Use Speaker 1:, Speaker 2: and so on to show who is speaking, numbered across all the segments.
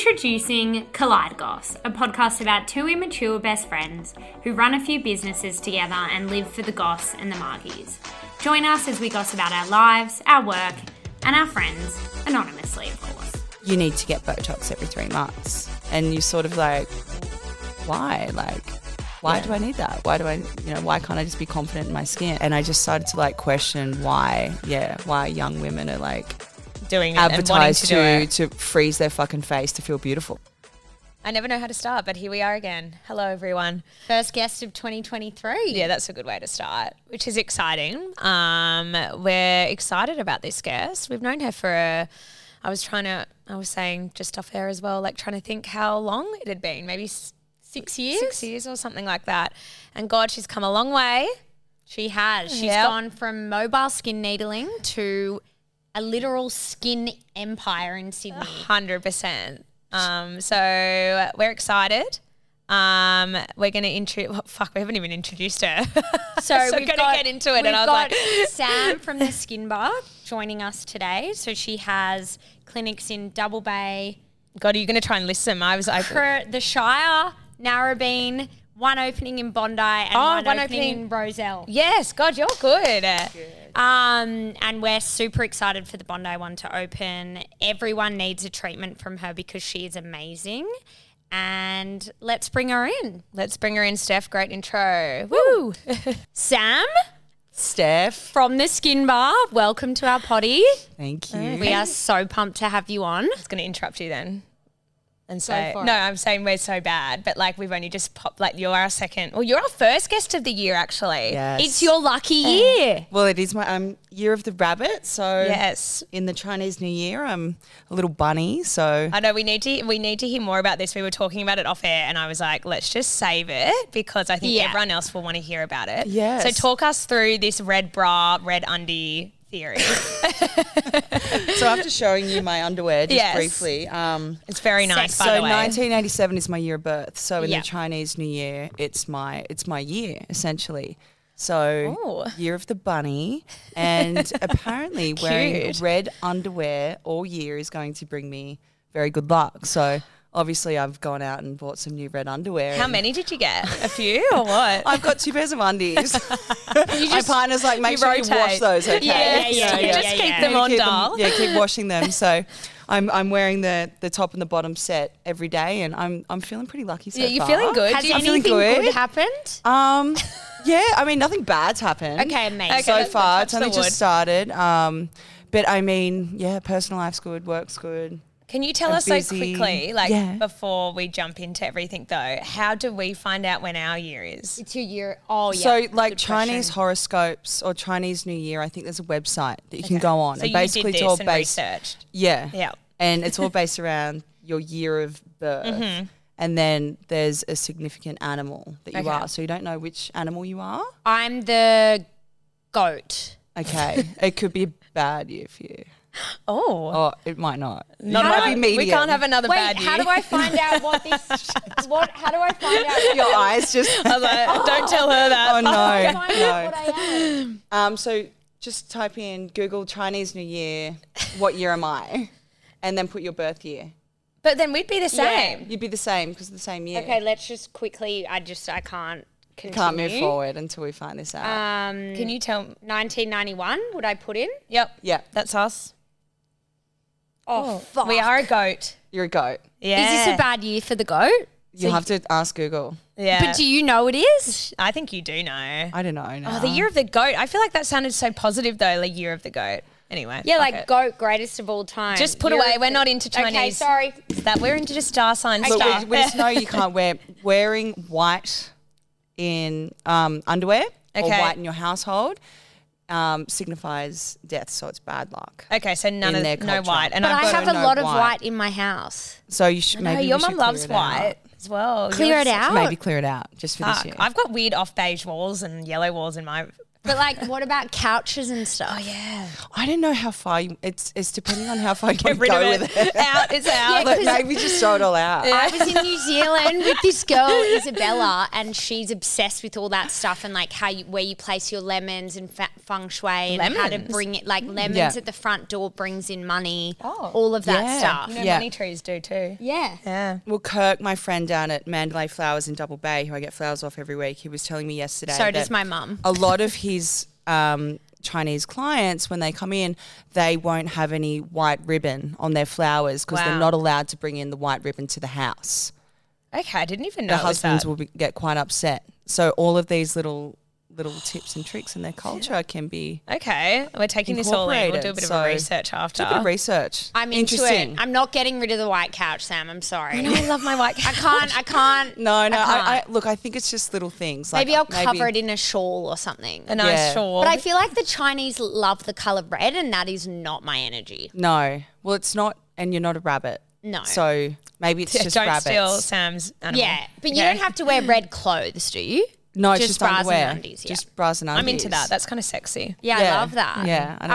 Speaker 1: Introducing Collide Goss, a podcast about two immature best friends who run a few businesses together and live for the goss and the margies. Join us as we goss about our lives, our work, and our friends, anonymously, of course.
Speaker 2: you need to get Botox every three months. And you're sort of like, why? Like, why do I need that? Why do I, you know, why can't I just be confident in my skin? And I just started to like question why, yeah, why young women are like
Speaker 3: doing it and wanting
Speaker 2: advertised
Speaker 3: to, do
Speaker 2: to,
Speaker 3: it.
Speaker 2: to freeze their fucking face to feel beautiful.
Speaker 3: I never know how to start, but here we are again. Hello, everyone.
Speaker 4: First guest of 2023.
Speaker 3: Yeah, that's a good way to start, which is exciting. Um, we're excited about this guest. We've known her for a. I was trying to. I was saying just off air as well, like trying to think how long it had been, maybe s-
Speaker 4: Six years?
Speaker 3: six years or something like that. And God, she's come a long way.
Speaker 4: She has. She's
Speaker 3: Yep.
Speaker 4: gone from mobile skin needling to a literal skin empire in Sydney.
Speaker 3: Hundred percent. Um, so we're excited. Um, we're gonna intro. oh, fuck, we haven't even introduced her. so, we're gonna get into it,
Speaker 4: we've
Speaker 3: and I was
Speaker 4: got
Speaker 3: like,
Speaker 4: Sam from the Skin Bar joining us today. So she has clinics in Double Bay,
Speaker 3: God, are you gonna try and list them? I was like,
Speaker 4: Cr- the Shire, Narrabeen, one opening in Bondi, and
Speaker 3: Oh,
Speaker 4: one
Speaker 3: one
Speaker 4: opening,
Speaker 3: opening-
Speaker 4: in Roselle.
Speaker 3: yes, God, you're good.
Speaker 4: Um, and we're super excited for the Bondi one to open. Everyone needs a treatment from her because she is amazing. And let's bring her in.
Speaker 3: Let's bring her in, Steph. Great intro. Woo!
Speaker 4: Sam
Speaker 2: Steph,
Speaker 4: from the Skin Bar, welcome to our potty.
Speaker 2: thank you.
Speaker 4: We are so pumped to have you on.
Speaker 3: I was gonna interrupt you then. And say
Speaker 4: for
Speaker 3: no,
Speaker 4: it.
Speaker 3: I'm saying we're so bad, but like we've only just popped. Like you're our second, well, you're our first guest of the year, actually.
Speaker 2: Yes.
Speaker 4: It's your lucky year.
Speaker 2: Well, it is my um, year of the rabbit. So,
Speaker 3: Yes.
Speaker 2: in the Chinese New Year, I'm a little bunny. So,
Speaker 3: I know we need to we need to hear more about this. We were talking about it off air, and I was like, let's just save it because I think
Speaker 4: Yeah.
Speaker 3: everyone else will want to hear about it.
Speaker 2: Yes.
Speaker 3: So talk us through this red bra, red undie theory.
Speaker 2: so after showing you my underwear just
Speaker 3: Yes.
Speaker 2: briefly, um,
Speaker 3: it's very nice, by
Speaker 2: so
Speaker 3: the way.
Speaker 2: 1987 is my year of birth. So in
Speaker 4: Yeah.
Speaker 2: the Chinese New Year, it's my it's my year essentially. So
Speaker 3: Oh.
Speaker 2: year of the bunny, and apparently wearing
Speaker 3: Cute.
Speaker 2: red underwear all year is going to bring me very good luck. So obviously, I've gone out and bought some new red underwear.
Speaker 3: How
Speaker 2: and
Speaker 3: many did you get? A few or what?
Speaker 2: I've got two pairs of undies. my partner's like, make
Speaker 3: you
Speaker 2: sure you wash
Speaker 3: rotate.
Speaker 2: those. Okay?
Speaker 4: Yeah, yeah,
Speaker 2: So,
Speaker 4: yeah, yeah,
Speaker 3: just
Speaker 4: yeah,
Speaker 3: keep
Speaker 4: yeah.
Speaker 3: them
Speaker 2: Maybe
Speaker 3: on
Speaker 2: keep them-
Speaker 3: dial.
Speaker 2: yeah, keep washing them. So I'm I'm wearing the the top and the bottom set every day, and I'm I'm feeling pretty lucky so
Speaker 3: Yeah, you're
Speaker 2: far.
Speaker 3: feeling good.
Speaker 4: Has
Speaker 3: Do you-
Speaker 2: I'm feeling
Speaker 4: anything good.
Speaker 2: good.
Speaker 4: happened?
Speaker 2: Um, yeah, I mean nothing bad's happened.
Speaker 4: Okay, amazing.
Speaker 2: So
Speaker 3: Okay, let's-
Speaker 2: far, it's
Speaker 3: let's touch
Speaker 2: only
Speaker 3: the
Speaker 2: just
Speaker 3: wood.
Speaker 2: started. Um, but I mean, yeah, personal life's good, work's good.
Speaker 3: Can you tell
Speaker 2: I'm
Speaker 3: us so
Speaker 2: busy.
Speaker 3: quickly, like
Speaker 2: Yeah.
Speaker 3: before we jump into everything, though? How do we find out when our year is?
Speaker 4: It's your year. Oh, yeah.
Speaker 2: so like
Speaker 4: Depression.
Speaker 2: Chinese horoscopes or Chinese New Year, I think there's a website that you can go on
Speaker 3: So
Speaker 2: and
Speaker 3: you
Speaker 2: basically
Speaker 3: did this
Speaker 2: it's all
Speaker 3: and
Speaker 2: based.
Speaker 3: researched.
Speaker 2: Yeah.
Speaker 3: Yeah.
Speaker 2: And it's all based around your year of birth.
Speaker 3: Mm-hmm.
Speaker 2: And then there's a significant animal that you
Speaker 3: Okay.
Speaker 2: are. So you don't know which animal you are.
Speaker 4: I'm the goat.
Speaker 2: Okay. it could be a bad year for you.
Speaker 3: Oh,
Speaker 2: Or it might not.
Speaker 3: Not
Speaker 2: you might
Speaker 3: another-
Speaker 2: be medium.
Speaker 3: We can't have another
Speaker 4: Wait,
Speaker 3: bad year.
Speaker 4: how do I find out what this? what? How do I find out?
Speaker 2: your eyes just
Speaker 3: I was like, don't tell her that.
Speaker 2: Oh no.
Speaker 4: Find out
Speaker 2: no.
Speaker 4: what I am.
Speaker 2: Um so just type in Google Chinese New Year, what year am I? And then put your birth year.
Speaker 3: But then we'd be the same.
Speaker 2: You'd be the same because the same year.
Speaker 4: Okay, let's just quickly. I just I can't. Continue.
Speaker 2: Can't move forward until we find this out.
Speaker 4: Um,
Speaker 3: Can you tell?
Speaker 4: 1991. Would I put in?
Speaker 3: Yep.
Speaker 2: yeah,
Speaker 3: That's us.
Speaker 4: Oh, fuck.
Speaker 3: We are a goat.
Speaker 2: you're a goat.
Speaker 3: Yeah.
Speaker 4: Is this a bad year for the goat?
Speaker 2: You'll have to ask Google.
Speaker 3: Yeah.
Speaker 4: But do you know it is?
Speaker 3: I think you do know.
Speaker 2: I don't know. Now.
Speaker 3: Oh, the year of the goat. I feel like that sounded so positive though. The year of the goat. Anyway.
Speaker 4: Yeah,
Speaker 3: fuck
Speaker 4: like
Speaker 3: it.
Speaker 4: goat, greatest of all time.
Speaker 3: Just put
Speaker 4: You're-
Speaker 3: away. We're not into Chinese.
Speaker 4: Okay, sorry.
Speaker 3: That we're into just star sign
Speaker 2: But
Speaker 3: stuff.
Speaker 2: we, we just know you can't wear wearing white in um, underwear or
Speaker 3: Okay.
Speaker 2: white in your household um, signifies death, so it's bad luck.
Speaker 3: Okay, so none
Speaker 2: in their
Speaker 3: of no
Speaker 2: culture.
Speaker 3: white, and
Speaker 2: But
Speaker 3: I've
Speaker 4: I
Speaker 2: Gotta
Speaker 3: got.
Speaker 4: have a
Speaker 2: know
Speaker 4: lot of
Speaker 2: why.
Speaker 4: white in my house.
Speaker 2: So you should
Speaker 3: No,
Speaker 2: maybe we
Speaker 3: your
Speaker 2: should
Speaker 3: mum loves
Speaker 2: clear it out.
Speaker 3: white as well.
Speaker 4: Clear
Speaker 3: You're
Speaker 4: it
Speaker 3: such-
Speaker 4: out.
Speaker 2: Maybe clear it out just for this
Speaker 3: Fuck.
Speaker 2: year.
Speaker 3: I've got weird off beige walls and yellow walls in my
Speaker 4: But like, what about couches and stuff?
Speaker 3: Yeah.
Speaker 2: I don't know how far you. It's it's depending on how far you want
Speaker 3: Get
Speaker 2: to
Speaker 3: rid
Speaker 2: go
Speaker 3: of
Speaker 2: with
Speaker 3: it.
Speaker 2: it.
Speaker 3: out. It's out.
Speaker 2: Like maybe just throw it all out.
Speaker 4: I was in New Zealand with this girl Isabella, and she's obsessed with all that stuff and like how you where you place your lemons and fa- feng shui and how to
Speaker 3: Lemons?
Speaker 4: bring it like lemons
Speaker 2: Mm. Yeah.
Speaker 4: at the front door brings in money.
Speaker 3: Oh.
Speaker 4: all of that
Speaker 2: Yeah.
Speaker 4: stuff.
Speaker 2: know, Yeah. money
Speaker 3: trees do too.
Speaker 4: Yeah.
Speaker 3: Yeah.
Speaker 2: Well, Kirk, my friend down at Mandalay Flowers in Double Bay, who I get flowers off every week, he was telling me yesterday.
Speaker 4: So does
Speaker 2: that
Speaker 4: my mum.
Speaker 2: A lot of his um, Chinese clients, when they come in, they won't have any white ribbon on their flowers because
Speaker 3: Wow.
Speaker 2: they're not allowed to bring in the white ribbon to the house.
Speaker 3: Okay, I didn't even know.
Speaker 2: The
Speaker 3: it was
Speaker 2: husbands
Speaker 3: that.
Speaker 2: will be, get quite upset. So all of these little little tips and tricks in their culture can be
Speaker 3: Okay, we're taking this all in. We'll do a
Speaker 2: Incorporated,
Speaker 3: bit of
Speaker 2: so-
Speaker 3: a research after.
Speaker 2: a bit of research.
Speaker 4: I'm into it. I'm not getting rid of the white couch, Sam. I'm sorry.
Speaker 3: I love my white.
Speaker 4: I can't. I can't.
Speaker 2: no, no.
Speaker 4: can't.
Speaker 2: I, I, look, I think it's just little things. Like
Speaker 4: Maybe I'll cover it in a shawl or something.
Speaker 3: A nice
Speaker 2: Yeah.
Speaker 3: shawl.
Speaker 4: But I feel like the Chinese love the color red, and that is not my energy.
Speaker 2: No. Well, it's not, and you're not a rabbit.
Speaker 4: No.
Speaker 2: So maybe it's just
Speaker 3: don't
Speaker 2: rabbits.
Speaker 3: steal Sam's animal.
Speaker 4: Yeah, but you don't have to wear red clothes, do you?
Speaker 2: no, it's
Speaker 4: just
Speaker 2: just,
Speaker 4: bras and
Speaker 2: underwear.
Speaker 4: undies, yeah.
Speaker 2: Just bras and undies.
Speaker 3: I'm into that. That's kind of sexy.
Speaker 4: Yeah, I love that. Um,
Speaker 2: Yeah, I don't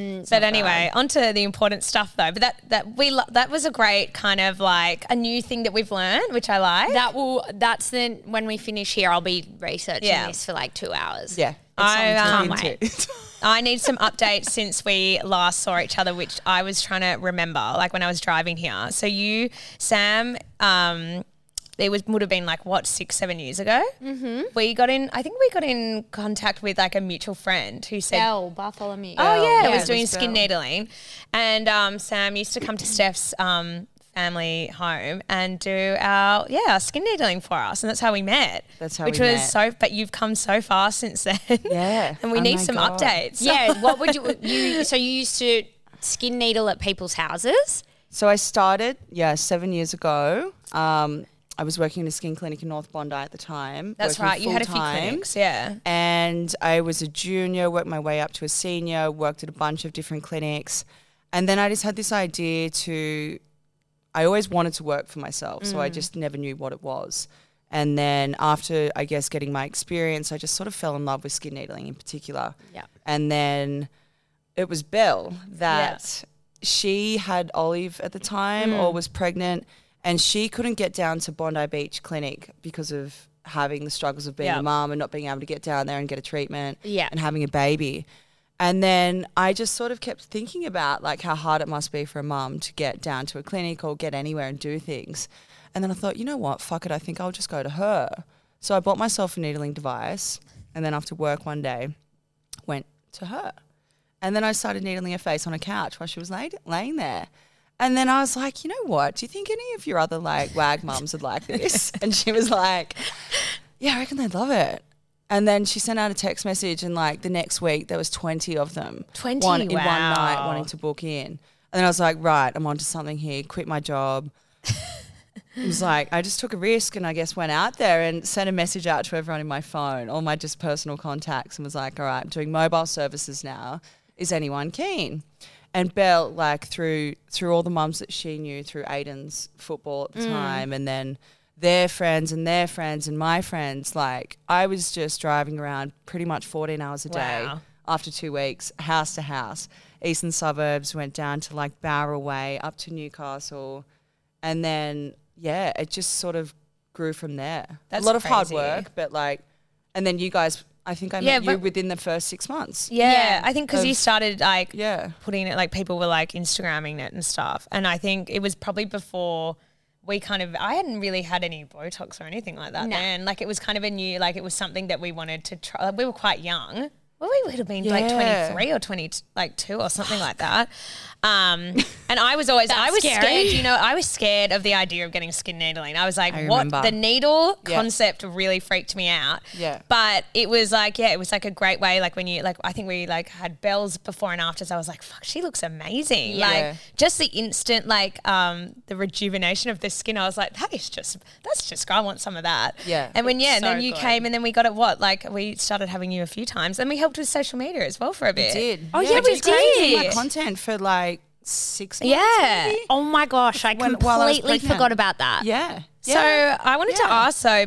Speaker 2: mind it.
Speaker 3: But anyway, onto the important stuff though. But that that we lo- that was a great kind of like a new thing that we've learned, which I like.
Speaker 4: That will. That's the when we finish here, I'll be researching
Speaker 3: Yeah.
Speaker 4: this for like two hours.
Speaker 2: Yeah. It's
Speaker 3: I,
Speaker 2: something
Speaker 3: um,
Speaker 2: to look into.
Speaker 3: I need some updates since we last saw each other, which I was trying to remember, like when I was driving here. So you, Sam, um, it was would have been like what six, seven years ago. Mm-hmm. We got in. I think we got in contact with like a mutual friend who said
Speaker 4: Bell Bartholomew.
Speaker 3: Oh yeah, I
Speaker 4: Yeah,
Speaker 3: was
Speaker 4: it
Speaker 3: doing
Speaker 4: was
Speaker 3: skin needling, and um, Sam used to come to Steph's um, family home and do our yeah our skin needling for us, and that's how we met.
Speaker 2: That's how
Speaker 3: which
Speaker 2: we
Speaker 3: was
Speaker 2: met.
Speaker 3: so. But you've come so far since then.
Speaker 2: Yeah.
Speaker 3: and we
Speaker 2: Oh
Speaker 3: need
Speaker 2: my
Speaker 3: some
Speaker 2: God.
Speaker 3: updates.
Speaker 4: Yeah. What would you, you? So you used to skin needle at people's houses.
Speaker 2: So I started, yeah, seven years ago. Um, I was working in a skin clinic in North Bondi at the time.
Speaker 3: that's
Speaker 2: working
Speaker 3: right. You had a few
Speaker 2: full-time.
Speaker 3: clinics. Yeah.
Speaker 2: and I was a junior, worked my way up to a senior, worked at a bunch of different clinics. And then I just had this idea to, I always wanted to work for myself, so
Speaker 3: Mm.
Speaker 2: I just never knew what it was. And then after, I guess, getting my experience, I just sort of fell in love with skin needling in particular.
Speaker 4: Yeah.
Speaker 2: And then it was Belle that she had Olive at the time or was pregnant, and she couldn't get down to Bondi Beach Clinic because of having the struggles of being
Speaker 3: Yeah.
Speaker 2: a mum and not being able to get down there and get a treatment
Speaker 4: Yeah.
Speaker 2: and having a baby. And then I just sort of kept thinking about like how hard it must be for a mum to get down to a clinic or get anywhere and do things. And then I thought, you know what, fuck it, I think I'll just go to her. So I bought myself a needling device and then after work one day went to her. And then I started needling her face on a couch while she was laid, laying there. And then I was like, you know what? Do you think any of your other like wag mums would like this? And she was like, yeah, I reckon they'd love it. And then she sent out a text message, and like the next week, there was twenty of them.
Speaker 3: 20?
Speaker 2: one in one night
Speaker 3: Wow.
Speaker 2: wanting to book in. And then I was like, right, I'm onto something here. Quit my job. it was like I just took a risk, and I guess went out there and sent a message out to everyone in my phone, all my just personal contacts, and was like, all right, I'm doing mobile services now. Is anyone keen? And Belle, like through through all the mums that she knew, through Aiden's football at the time, and then their friends and their friends and my friends. Like I was just driving around pretty much 14 hours a day
Speaker 3: Wow.
Speaker 2: after two weeks, house to house, eastern suburbs, went down to like Barrow Way, up to Newcastle, and then yeah, it just sort of grew from there.
Speaker 3: That's
Speaker 2: a lot of hard
Speaker 3: crazy.
Speaker 2: work, but like, and then you guys, I think I
Speaker 3: Yeah,
Speaker 2: met you
Speaker 3: but-
Speaker 2: within the first six months.
Speaker 3: Yeah,
Speaker 4: Yeah.
Speaker 3: I think because you started like
Speaker 2: Yeah.
Speaker 3: putting it like people were like Instagramming it and stuff, and I think it was probably before we kind of I hadn't really had any Botox or anything like that
Speaker 4: No.
Speaker 3: then. Like it was kind of a new like it was something that we wanted to try. Like, we were quite young. Well, we would have been like
Speaker 2: Yeah.
Speaker 3: twenty three or twenty like two or something like that. Um, and I was always I was
Speaker 4: scary.
Speaker 3: scared. You know, I was scared of the idea of getting skin needling. I was like,
Speaker 2: I
Speaker 3: what
Speaker 2: remember.
Speaker 3: the needle
Speaker 2: Yeah.
Speaker 3: concept really freaked me out.
Speaker 2: Yeah.
Speaker 3: But it was like, yeah, it was like a great way. Like when you like, I think we like had bells before and afters. I was like, fuck, she looks amazing.
Speaker 2: Yeah.
Speaker 3: Like just the instant, like um, the rejuvenation of the skin. I was like, that is just, that's just. I want some of that.
Speaker 2: Yeah.
Speaker 3: And when yeah, and
Speaker 4: so
Speaker 3: then you
Speaker 4: good.
Speaker 3: came, and then we got it. What like we started having you a few times, and we helped with social media as well for a bit.
Speaker 2: Did
Speaker 4: Oh, yeah,
Speaker 2: which
Speaker 4: we
Speaker 2: is crazy.
Speaker 3: did.
Speaker 2: my content for like six months.
Speaker 3: Yeah.
Speaker 2: maybe?
Speaker 4: Oh my gosh, I
Speaker 2: When- while I was
Speaker 4: completely
Speaker 2: pregnant.
Speaker 4: forgot about that.
Speaker 2: yeah.
Speaker 3: So I wanted to
Speaker 2: Yeah.
Speaker 3: ask though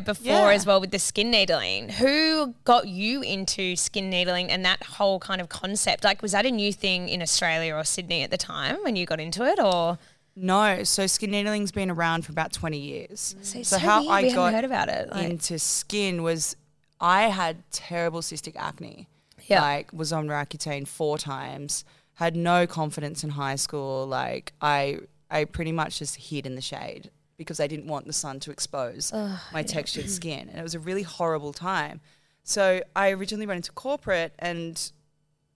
Speaker 2: Yeah.
Speaker 3: before as well with the skin needling, who got you into skin needling and that whole kind of concept? Like, was that a new thing in Australia or Sydney at the time when you got into it, or
Speaker 2: No, so skin needling's been around for about 20 years.
Speaker 3: Mm. so, it's so weird, we haven't heard about it? Like,
Speaker 2: into skin was I had terrible cystic acne.
Speaker 3: Yeah.
Speaker 2: Like was on Roaccutane four times, had no confidence in high school, like I I pretty much just hid in the shade because I didn't want the sun to expose my textured skin. And it was a really horrible time. So I originally went into corporate and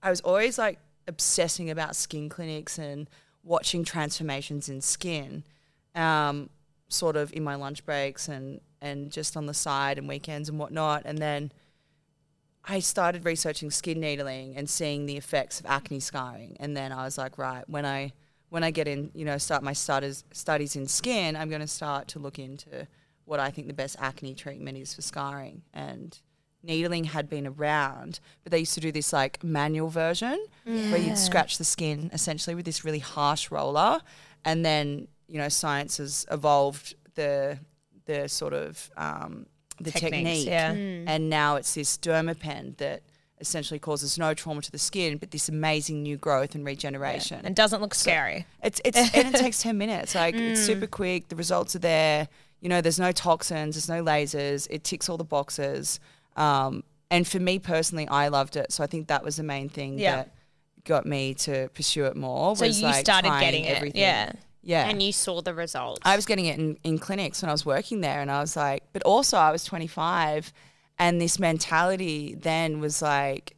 Speaker 2: I was always like obsessing about skin clinics and watching transformations in skin, um, sort of in my lunch breaks and and just on the side and weekends and whatnot. And then I started researching skin needling and seeing the effects of acne scarring. And then I was like, right, when I when I get in, you know, start my studies studies in skin, I'm going to start to look into what I think the best acne treatment is for scarring. And needling had been around, but they used to do this like manual version where you'd scratch the skin essentially with this really harsh roller. And then you know, science has evolved the the sort of um, the
Speaker 3: Techniques,
Speaker 2: technique
Speaker 3: yeah.
Speaker 2: and now it's this dermapen that essentially causes no trauma to the skin, but this amazing new growth and regeneration.
Speaker 3: and doesn't look scary.
Speaker 2: It's it's and it takes ten minutes. Like it's super quick. The results are there. You know, there's no toxins. There's no lasers. It ticks all the boxes. Um, and for me personally, I loved it. So I think that was the main thing
Speaker 3: Yeah.
Speaker 2: that got me to pursue it more.
Speaker 3: So
Speaker 2: was,
Speaker 3: you
Speaker 2: like,
Speaker 3: started
Speaker 2: trying
Speaker 3: getting it,
Speaker 2: everything.
Speaker 3: yeah.
Speaker 2: yeah.
Speaker 4: And you saw the results.
Speaker 2: I was getting it in, in clinics when I was working there, and I was like, but also I was 25, and this mentality then was like,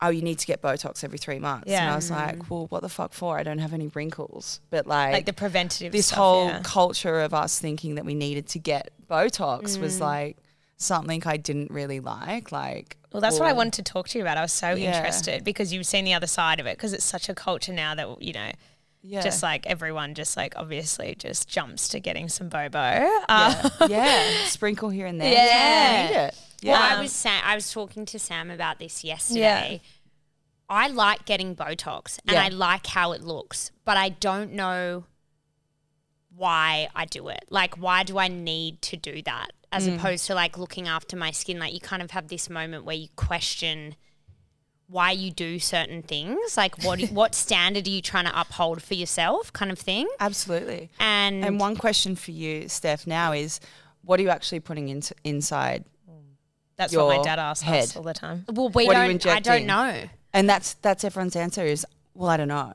Speaker 2: oh, you need to get Botox every three months. And
Speaker 3: Yeah. Mm-hmm.
Speaker 2: I was like, well, what the fuck for? I don't have any wrinkles. But like,
Speaker 3: Like the preventative.
Speaker 2: this
Speaker 3: stuff,
Speaker 2: whole
Speaker 3: yeah.
Speaker 2: culture of us thinking that we needed to get Botox
Speaker 3: Mm.
Speaker 2: was like something I didn't really like. Like,
Speaker 3: Well, that's what I
Speaker 2: or-
Speaker 3: wanted to talk to you about. I was so
Speaker 2: Yeah.
Speaker 3: interested because you've seen the other side of it because it's such a culture now that, you know,
Speaker 2: Yeah.
Speaker 3: just like everyone just like obviously just jumps to getting some bobo. Uh,
Speaker 2: yeah, sprinkle here and there.
Speaker 3: Yeah.
Speaker 2: You need it. Yeah.
Speaker 4: Well, I was sa- I was talking to Sam about this yesterday. I like getting Botox and
Speaker 2: Yeah.
Speaker 4: I like how it looks, but I don't know why I do it. Like, why do I need to do that as
Speaker 2: Mm.
Speaker 4: opposed to like looking after my skin? Like, you kind of have this moment where you question why you do certain things. Like, what what standard are you trying to uphold for yourself, kind of thing?
Speaker 2: Absolutely.
Speaker 4: And,
Speaker 2: And one question for you, Steph, now is what are you actually putting into inside?
Speaker 3: That's what my
Speaker 2: Your
Speaker 3: dad asks
Speaker 2: head.
Speaker 3: us all the time.
Speaker 4: well, we
Speaker 2: what are you
Speaker 4: don't. I don't
Speaker 2: injecting?
Speaker 4: know.
Speaker 2: And that's that's everyone's answer is, well, I don't know.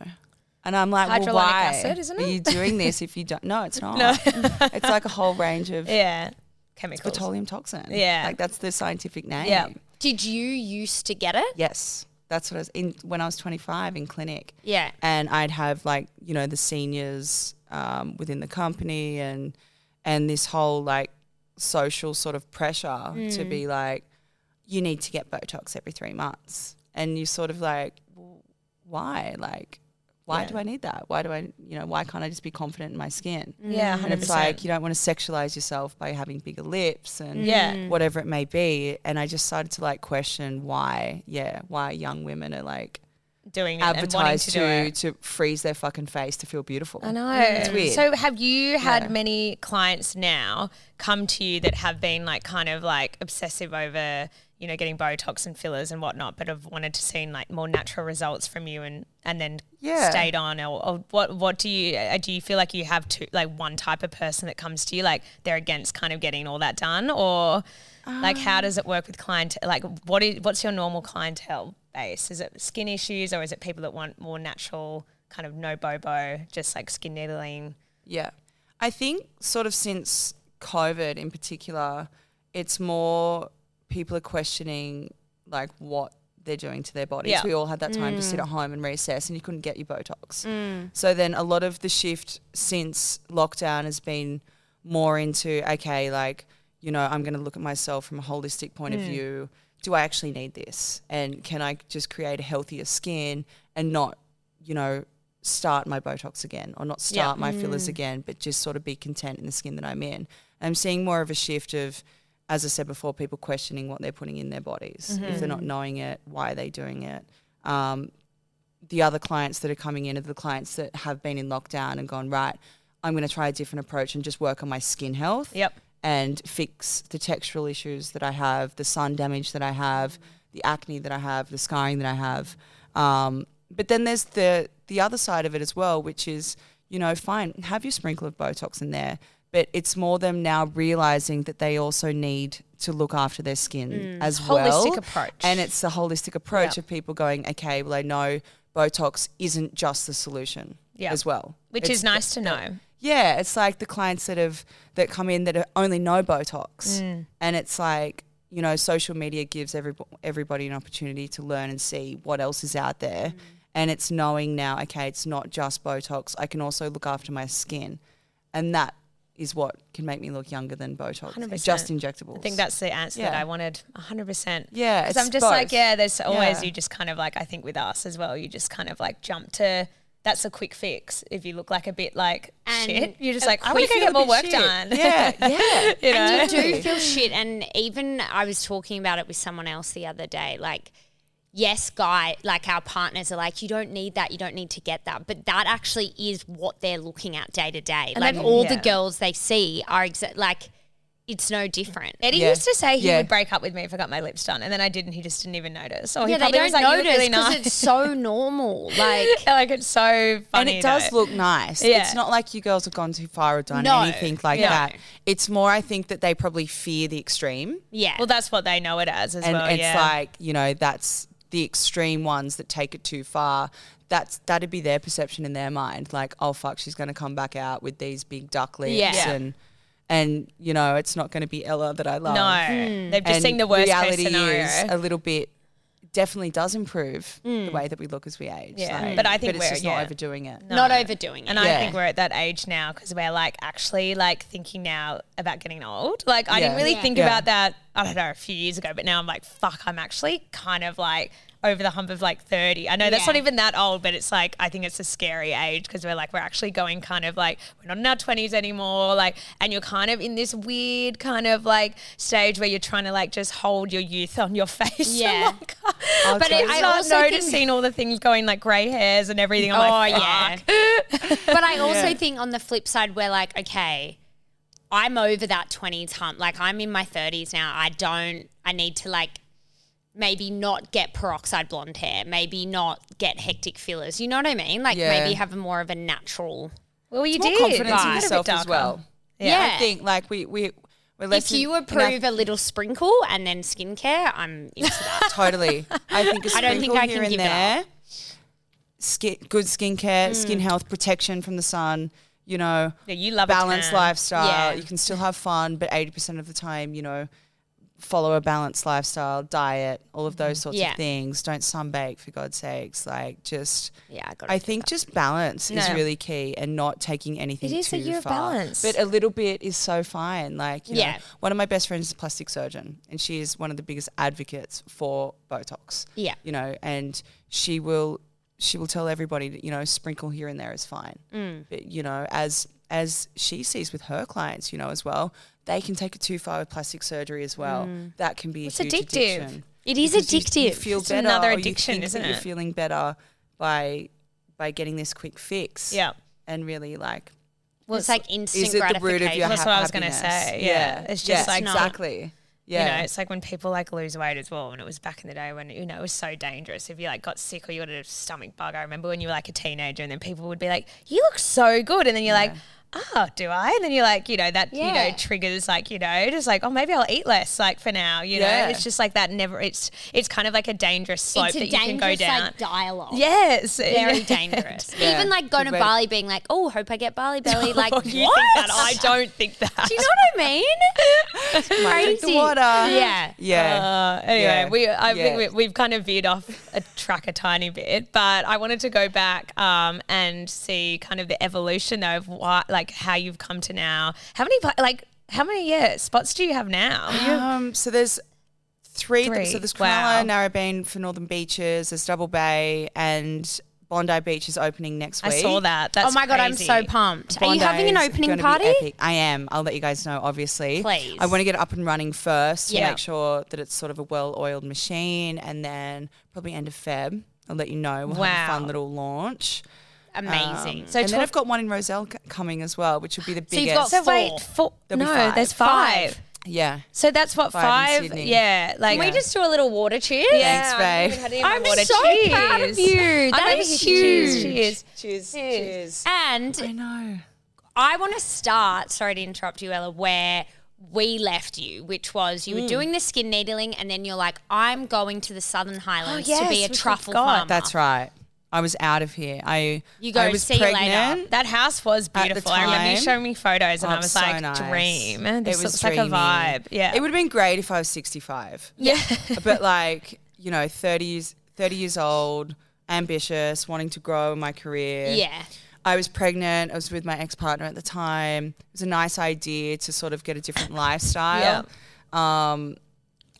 Speaker 2: And I'm like, well,
Speaker 3: Hydrolonic
Speaker 2: why
Speaker 3: acid, isn't
Speaker 2: are
Speaker 3: it?
Speaker 2: you doing this if you don't? No, it's not. it's like a whole range of
Speaker 3: Yeah. Chemicals.
Speaker 2: petroleum toxin.
Speaker 3: Yeah.
Speaker 2: like that's the scientific name.
Speaker 3: Yeah.
Speaker 4: Did you used to get it?
Speaker 2: Yes, that's what I was in when I was 25 in clinic.
Speaker 4: Yeah.
Speaker 2: and I'd have like you know the seniors um, within the company and and this whole like social sort of pressure to
Speaker 3: Mm.
Speaker 2: be like you need to get Botox every three months, and you sort of like "Well, why like why do I need that? Why do I you know why can't I just be confident in my skin?
Speaker 3: Yeah, 100%.
Speaker 2: And it's like you don't want to sexualize yourself by having bigger lips and
Speaker 3: Yeah. Mm.
Speaker 2: whatever it may be. And I just started to like question why, yeah, why young women are like
Speaker 3: doing it and wanting
Speaker 2: advertised
Speaker 3: to,
Speaker 2: to
Speaker 3: do it.
Speaker 2: to, freeze their fucking face to feel beautiful.
Speaker 3: I know.
Speaker 2: It's weird.
Speaker 3: So, have you had many clients now come to you that have been like kind of like obsessive over, you know, getting Botox and fillers and whatnot, but have wanted to see like more natural results from you and and then
Speaker 2: Yeah.
Speaker 3: stayed on? Or, or what what do you uh, do? You feel like you have two like one type of person that comes to you, like they're against kind of getting all that done, or like how does it work with client? Like what is what's your normal clientele? base? Is it skin issues or is it people that want more natural kind of no bobo, just like skin needling.
Speaker 2: yeah. I think sort of since COVID in particular, it's more people are questioning like what they're doing to their bodies.
Speaker 3: Yeah.
Speaker 2: We all had that time to sit at home and reassess and you couldn't get your Botox. So then a lot of the shift since lockdown has been more into, okay, like, you know, I'm going to look at myself from a holistic point of view. Do I actually need this? And can I just create a healthier skin and not, you know, start my Botox again or not start my fillers again, but just sort of be content in the skin that I'm in? I'm seeing more of a shift of, as I said before, people questioning what they're putting in their bodies. If they're not knowing it, why are they doing it? Um, the other clients that are coming in are the clients that have been in lockdown and gone, right, I'm going to try a different approach and just work on my skin health
Speaker 3: Yep.
Speaker 2: and fix the textural issues that I have, the sun damage that I have, the acne that I have, the scarring that I have. Um, but then there's the the other side of it as well, which is you know fine, have your sprinkle of Botox in there, but it's more them now realizing that they also need to look after their skin as well.
Speaker 3: Mm. Holistic approach.
Speaker 2: and it's the holistic approach of people going, okay, well I know Botox isn't just the solution
Speaker 3: Yeah.
Speaker 2: as well,
Speaker 3: Which
Speaker 2: It's
Speaker 3: is nice to know.
Speaker 2: yeah, it's like the clients that have that come in that only know Botox,
Speaker 3: Mm.
Speaker 2: and it's like you know, social media gives every, everybody an opportunity to learn and see what else is out there,
Speaker 3: Mm.
Speaker 2: and it's knowing now, okay, it's not just Botox. I can also look after my skin, and that is what can make me look younger than Botox,
Speaker 3: 100%.
Speaker 2: just injectables.
Speaker 3: I think that's the answer that
Speaker 2: Yeah.
Speaker 3: I wanted 100%.
Speaker 2: Yeah,
Speaker 3: Because
Speaker 2: it's
Speaker 3: I'm just like,
Speaker 2: both.
Speaker 3: yeah, there's always,
Speaker 2: Yeah.
Speaker 3: you just kind of like, I think with us as well, you just kind of like jump to, that's a quick fix. If you look like a bit like
Speaker 4: And
Speaker 3: shit, you're just
Speaker 4: a
Speaker 3: like, I want to
Speaker 4: quick
Speaker 3: go
Speaker 4: feel
Speaker 3: get more
Speaker 4: a bit
Speaker 3: work
Speaker 4: shit.
Speaker 3: done.
Speaker 2: yeah, yeah,
Speaker 3: you know?
Speaker 4: And you do feel shit. And even I was talking about it with someone else the other day. Like, yes, guy, like our partners are like, you don't need that. You don't need to get that. But that actually is what they're looking at day to day. Like,
Speaker 3: they've-
Speaker 4: all
Speaker 3: yeah.
Speaker 4: the girls they see are exa- like, it's no different.
Speaker 3: Eddie
Speaker 2: Yeah.
Speaker 3: used to say he
Speaker 2: Yeah.
Speaker 3: would break up with me if I got my lips done, and then I didn't. He just didn't even notice. Or he
Speaker 4: yeah, they
Speaker 3: probably
Speaker 4: don't
Speaker 3: was like, "You
Speaker 4: notice
Speaker 3: look really
Speaker 4: because
Speaker 3: nice."
Speaker 4: it's so normal. Like,
Speaker 3: like it's so
Speaker 2: and
Speaker 3: funny.
Speaker 2: it does
Speaker 3: though.
Speaker 2: look nice.
Speaker 3: Yeah.
Speaker 2: It's not like you girls have gone too far or done
Speaker 4: No,
Speaker 2: anything like
Speaker 3: no.
Speaker 2: that. It's more, I think, that they probably fear the extreme.
Speaker 4: yeah.
Speaker 3: Well, that's what they know it as as
Speaker 2: and
Speaker 3: well.
Speaker 2: it's
Speaker 3: yeah.
Speaker 2: like you know that's the extreme ones that take it too far that's that'd be their perception in their mind like oh fuck she's going to come back out with these big duck lips
Speaker 4: Yeah. Yeah.
Speaker 2: and and you know it's not going to be ella that i love
Speaker 3: no, they've just
Speaker 2: um, and
Speaker 3: seen the worst case
Speaker 2: reality
Speaker 3: scenario. Mm.
Speaker 2: is a little bit definitely does improve the way that we look as we age
Speaker 3: Yeah.
Speaker 2: like,
Speaker 3: But I think
Speaker 2: but it's
Speaker 3: we're-
Speaker 2: just
Speaker 3: yeah.
Speaker 2: not overdoing it
Speaker 4: not overdoing it.
Speaker 3: and I
Speaker 2: Yeah.
Speaker 3: think we're at that age now because we're like actually like thinking now about getting old. Like I didn't
Speaker 2: Yeah.
Speaker 3: really
Speaker 2: Yeah.
Speaker 3: think
Speaker 2: Yeah.
Speaker 3: about that. I don't know a few years ago, but now I'm like, fuck, I'm actually kind of like over the hump of like 30. I know that's
Speaker 4: Yeah.
Speaker 3: not even that old, but it's like I think it's a scary age because we're like we're actually going kind of like we're not in our 20s anymore. Like and you're kind of in this weird kind of like stage where you're trying to like just hold your youth on your face.
Speaker 4: Yeah.
Speaker 2: I'll
Speaker 3: But
Speaker 2: tell
Speaker 3: it's
Speaker 2: you.
Speaker 4: I
Speaker 3: not
Speaker 4: also think-
Speaker 3: noticing all the things going like grey hairs and everything. I'm
Speaker 4: Oh,
Speaker 3: like,
Speaker 4: yeah. but I also think on the flip side, we're like, okay, I'm over that 20s hump. Like, I'm in my 30s now. I don't, I need to like maybe not get peroxide blonde hair, maybe not get hectic fillers. You know what I mean? Like,
Speaker 2: Yeah.
Speaker 4: maybe have a more of a natural.
Speaker 3: Well, you
Speaker 2: more
Speaker 3: did.
Speaker 2: confidence
Speaker 3: You
Speaker 2: in
Speaker 3: got a bit
Speaker 2: yourself as
Speaker 3: darker.
Speaker 2: well
Speaker 4: Yeah.
Speaker 2: i think like we we we're less
Speaker 4: If you
Speaker 2: in- in our-
Speaker 4: approve a little sprinkle and then skincare, I'm into that.
Speaker 2: totally. I think a
Speaker 4: I don't think
Speaker 2: sprinkle
Speaker 4: I
Speaker 2: here
Speaker 4: can
Speaker 2: and
Speaker 4: give it
Speaker 2: there. Skin, good skincare,
Speaker 3: Mm.
Speaker 2: skin health, protection from the sun. You know,
Speaker 3: Yeah, you love a
Speaker 2: balanced
Speaker 3: tan.
Speaker 2: lifestyle.
Speaker 4: Yeah.
Speaker 2: You can still have fun, but eighty percent of the time, you know, follow a balanced lifestyle, diet, all of those sorts
Speaker 4: Mm-hmm. Yeah.
Speaker 2: of things. Don't sunbake for God's sakes. Like just.
Speaker 4: Yeah, I got
Speaker 2: I think just balance is
Speaker 3: No.
Speaker 2: really key and not taking anything
Speaker 3: It is a
Speaker 2: too
Speaker 3: year of
Speaker 2: far.
Speaker 3: balance.
Speaker 2: But a little bit is so fine. Like, you
Speaker 4: Yeah.
Speaker 2: know, one of my best friends is a plastic surgeon and she is one of the biggest advocates for Botox.
Speaker 4: Yeah.
Speaker 2: You know, and she will she will tell everybody that, you know, sprinkle here and there is fine.
Speaker 3: Mm.
Speaker 2: But, you know, as as she sees with her clients, you know, as well, they can take it too far with plastic surgery as well. That can be
Speaker 3: Mm. It's
Speaker 2: a huge
Speaker 3: addictive.
Speaker 2: addiction
Speaker 4: It is
Speaker 2: because you- You,
Speaker 4: addictive.
Speaker 2: feel
Speaker 3: It's
Speaker 2: better.
Speaker 3: another
Speaker 2: or you
Speaker 3: addiction,
Speaker 2: think
Speaker 3: isn't
Speaker 2: that You're
Speaker 3: it?
Speaker 2: feeling better by by getting this quick fix.
Speaker 3: Yeah.
Speaker 2: and really like
Speaker 4: Well, it's like instant
Speaker 2: is it the root of your
Speaker 4: gratification.
Speaker 3: That's
Speaker 2: hap-
Speaker 3: what I was gonna
Speaker 2: happiness?
Speaker 3: say, yeah. It's just like-
Speaker 2: exactly.
Speaker 3: You know,
Speaker 2: Yeah,
Speaker 3: it's like when people like lose weight as well. And it was back in the day when, you know, it was so dangerous. If you like got sick or you got a stomach bug, I remember when you were like a teenager and then people would be like, you look so good. And then you're like, oh, do I? And then you're like, you know, that, you
Speaker 4: Yeah.
Speaker 3: know, triggers like, you know, just like, oh, maybe I'll eat less like for now, you
Speaker 2: Yeah.
Speaker 3: know? It's just like that never, it's, it's kind of like a dangerous slope
Speaker 4: it's a
Speaker 3: that you can go
Speaker 4: dangerous
Speaker 3: down.
Speaker 4: like dialogue.
Speaker 3: yes.
Speaker 4: very dangerous.
Speaker 2: Yeah.
Speaker 4: Even like going
Speaker 2: Good
Speaker 4: to
Speaker 2: way to-
Speaker 4: Bali, being like, "Oh, hope I get Bali belly." Like,
Speaker 3: Oh,
Speaker 4: what?
Speaker 3: you think that? I don't think that.
Speaker 4: Do you know what I mean?
Speaker 2: drink the
Speaker 4: Crazy. Oh
Speaker 2: water.
Speaker 4: Yeah.
Speaker 2: yeah.
Speaker 3: Uh, anyway,
Speaker 2: Yeah.
Speaker 3: we I think
Speaker 2: Yeah.
Speaker 3: we, we've kind of veered off a track a tiny bit, but I wanted to go back um, and see kind of the evolution though of what like how you've come to now. How many pla- like how many yeah, spots do you have now?
Speaker 2: um, so there's three.
Speaker 3: Three.
Speaker 2: So there's
Speaker 3: Wow.
Speaker 2: Cronulla, Narrabeen for Northern Beaches. There's Double Bay and Bondi Beach is opening next
Speaker 3: I
Speaker 2: week.
Speaker 3: saw that. That's
Speaker 4: oh my god, I'm
Speaker 3: crazy.
Speaker 4: so pumped. Are you
Speaker 2: Bondi
Speaker 4: having an
Speaker 2: is
Speaker 4: opening
Speaker 2: gonna be
Speaker 4: party?
Speaker 2: epic. I am. I'll let you guys know, obviously.
Speaker 4: Please.
Speaker 2: I want to get it up and running first to
Speaker 4: Yeah.
Speaker 2: make sure that it's sort of a well oiled machine. And then probably end of Feb, I'll let you know. We'll have a
Speaker 3: Wow.
Speaker 2: fun little launch.
Speaker 4: Uh,
Speaker 2: Um,
Speaker 4: amazing.
Speaker 3: So
Speaker 2: and then
Speaker 3: tw-
Speaker 2: I've got one in Roselle c- coming as well, which would be the
Speaker 4: So you've
Speaker 2: biggest.
Speaker 4: got
Speaker 3: so wait,
Speaker 4: four.
Speaker 3: four.
Speaker 2: There'll
Speaker 3: No,
Speaker 2: be five.
Speaker 3: there's five.
Speaker 4: Five.
Speaker 2: yeah.
Speaker 3: So that's what
Speaker 2: Five in
Speaker 3: five.
Speaker 2: Sydney.
Speaker 3: yeah, like
Speaker 4: Can we just do a little water cheers?
Speaker 2: Thanks,
Speaker 3: Yeah, I
Speaker 2: babe.
Speaker 3: haven't even had any of my
Speaker 4: I'm
Speaker 3: water.
Speaker 4: so
Speaker 3: Cheers.
Speaker 4: proud of you.
Speaker 3: I'm
Speaker 4: That
Speaker 3: over
Speaker 4: is
Speaker 3: here. Cheers,
Speaker 4: huge.
Speaker 3: Cheers.
Speaker 2: Cheers.
Speaker 4: Cheers. And
Speaker 2: I know.
Speaker 4: I want to start, sorry to interrupt you, Ella, where we left you, which was
Speaker 2: Mm.
Speaker 4: you were doing the skin needling and then you're like, I'm going to the Southern Highlands to
Speaker 2: Oh,
Speaker 3: yes,
Speaker 4: be a
Speaker 3: which we've
Speaker 4: truffle
Speaker 3: got.
Speaker 4: farmer.
Speaker 2: That's right. I was out of here. I
Speaker 4: You go
Speaker 2: I was
Speaker 4: see you later.
Speaker 2: pregnant.
Speaker 3: That house was
Speaker 2: the
Speaker 3: beautiful. I remember you
Speaker 2: time.
Speaker 3: showing me photos, and
Speaker 2: Oh,
Speaker 3: I was
Speaker 2: so
Speaker 3: like,
Speaker 2: nice.
Speaker 3: "Dream." This
Speaker 2: It was
Speaker 3: looks like a
Speaker 2: dreamy.
Speaker 3: vibe. Yeah.
Speaker 2: It would have been great if I was 65.
Speaker 3: yeah.
Speaker 2: but like, you know, 30 years, 30 years old, ambitious, wanting to grow in my career.
Speaker 4: Yeah.
Speaker 2: I was pregnant. I was with my ex partner at the time. It was a nice idea to sort of get a different lifestyle. Um,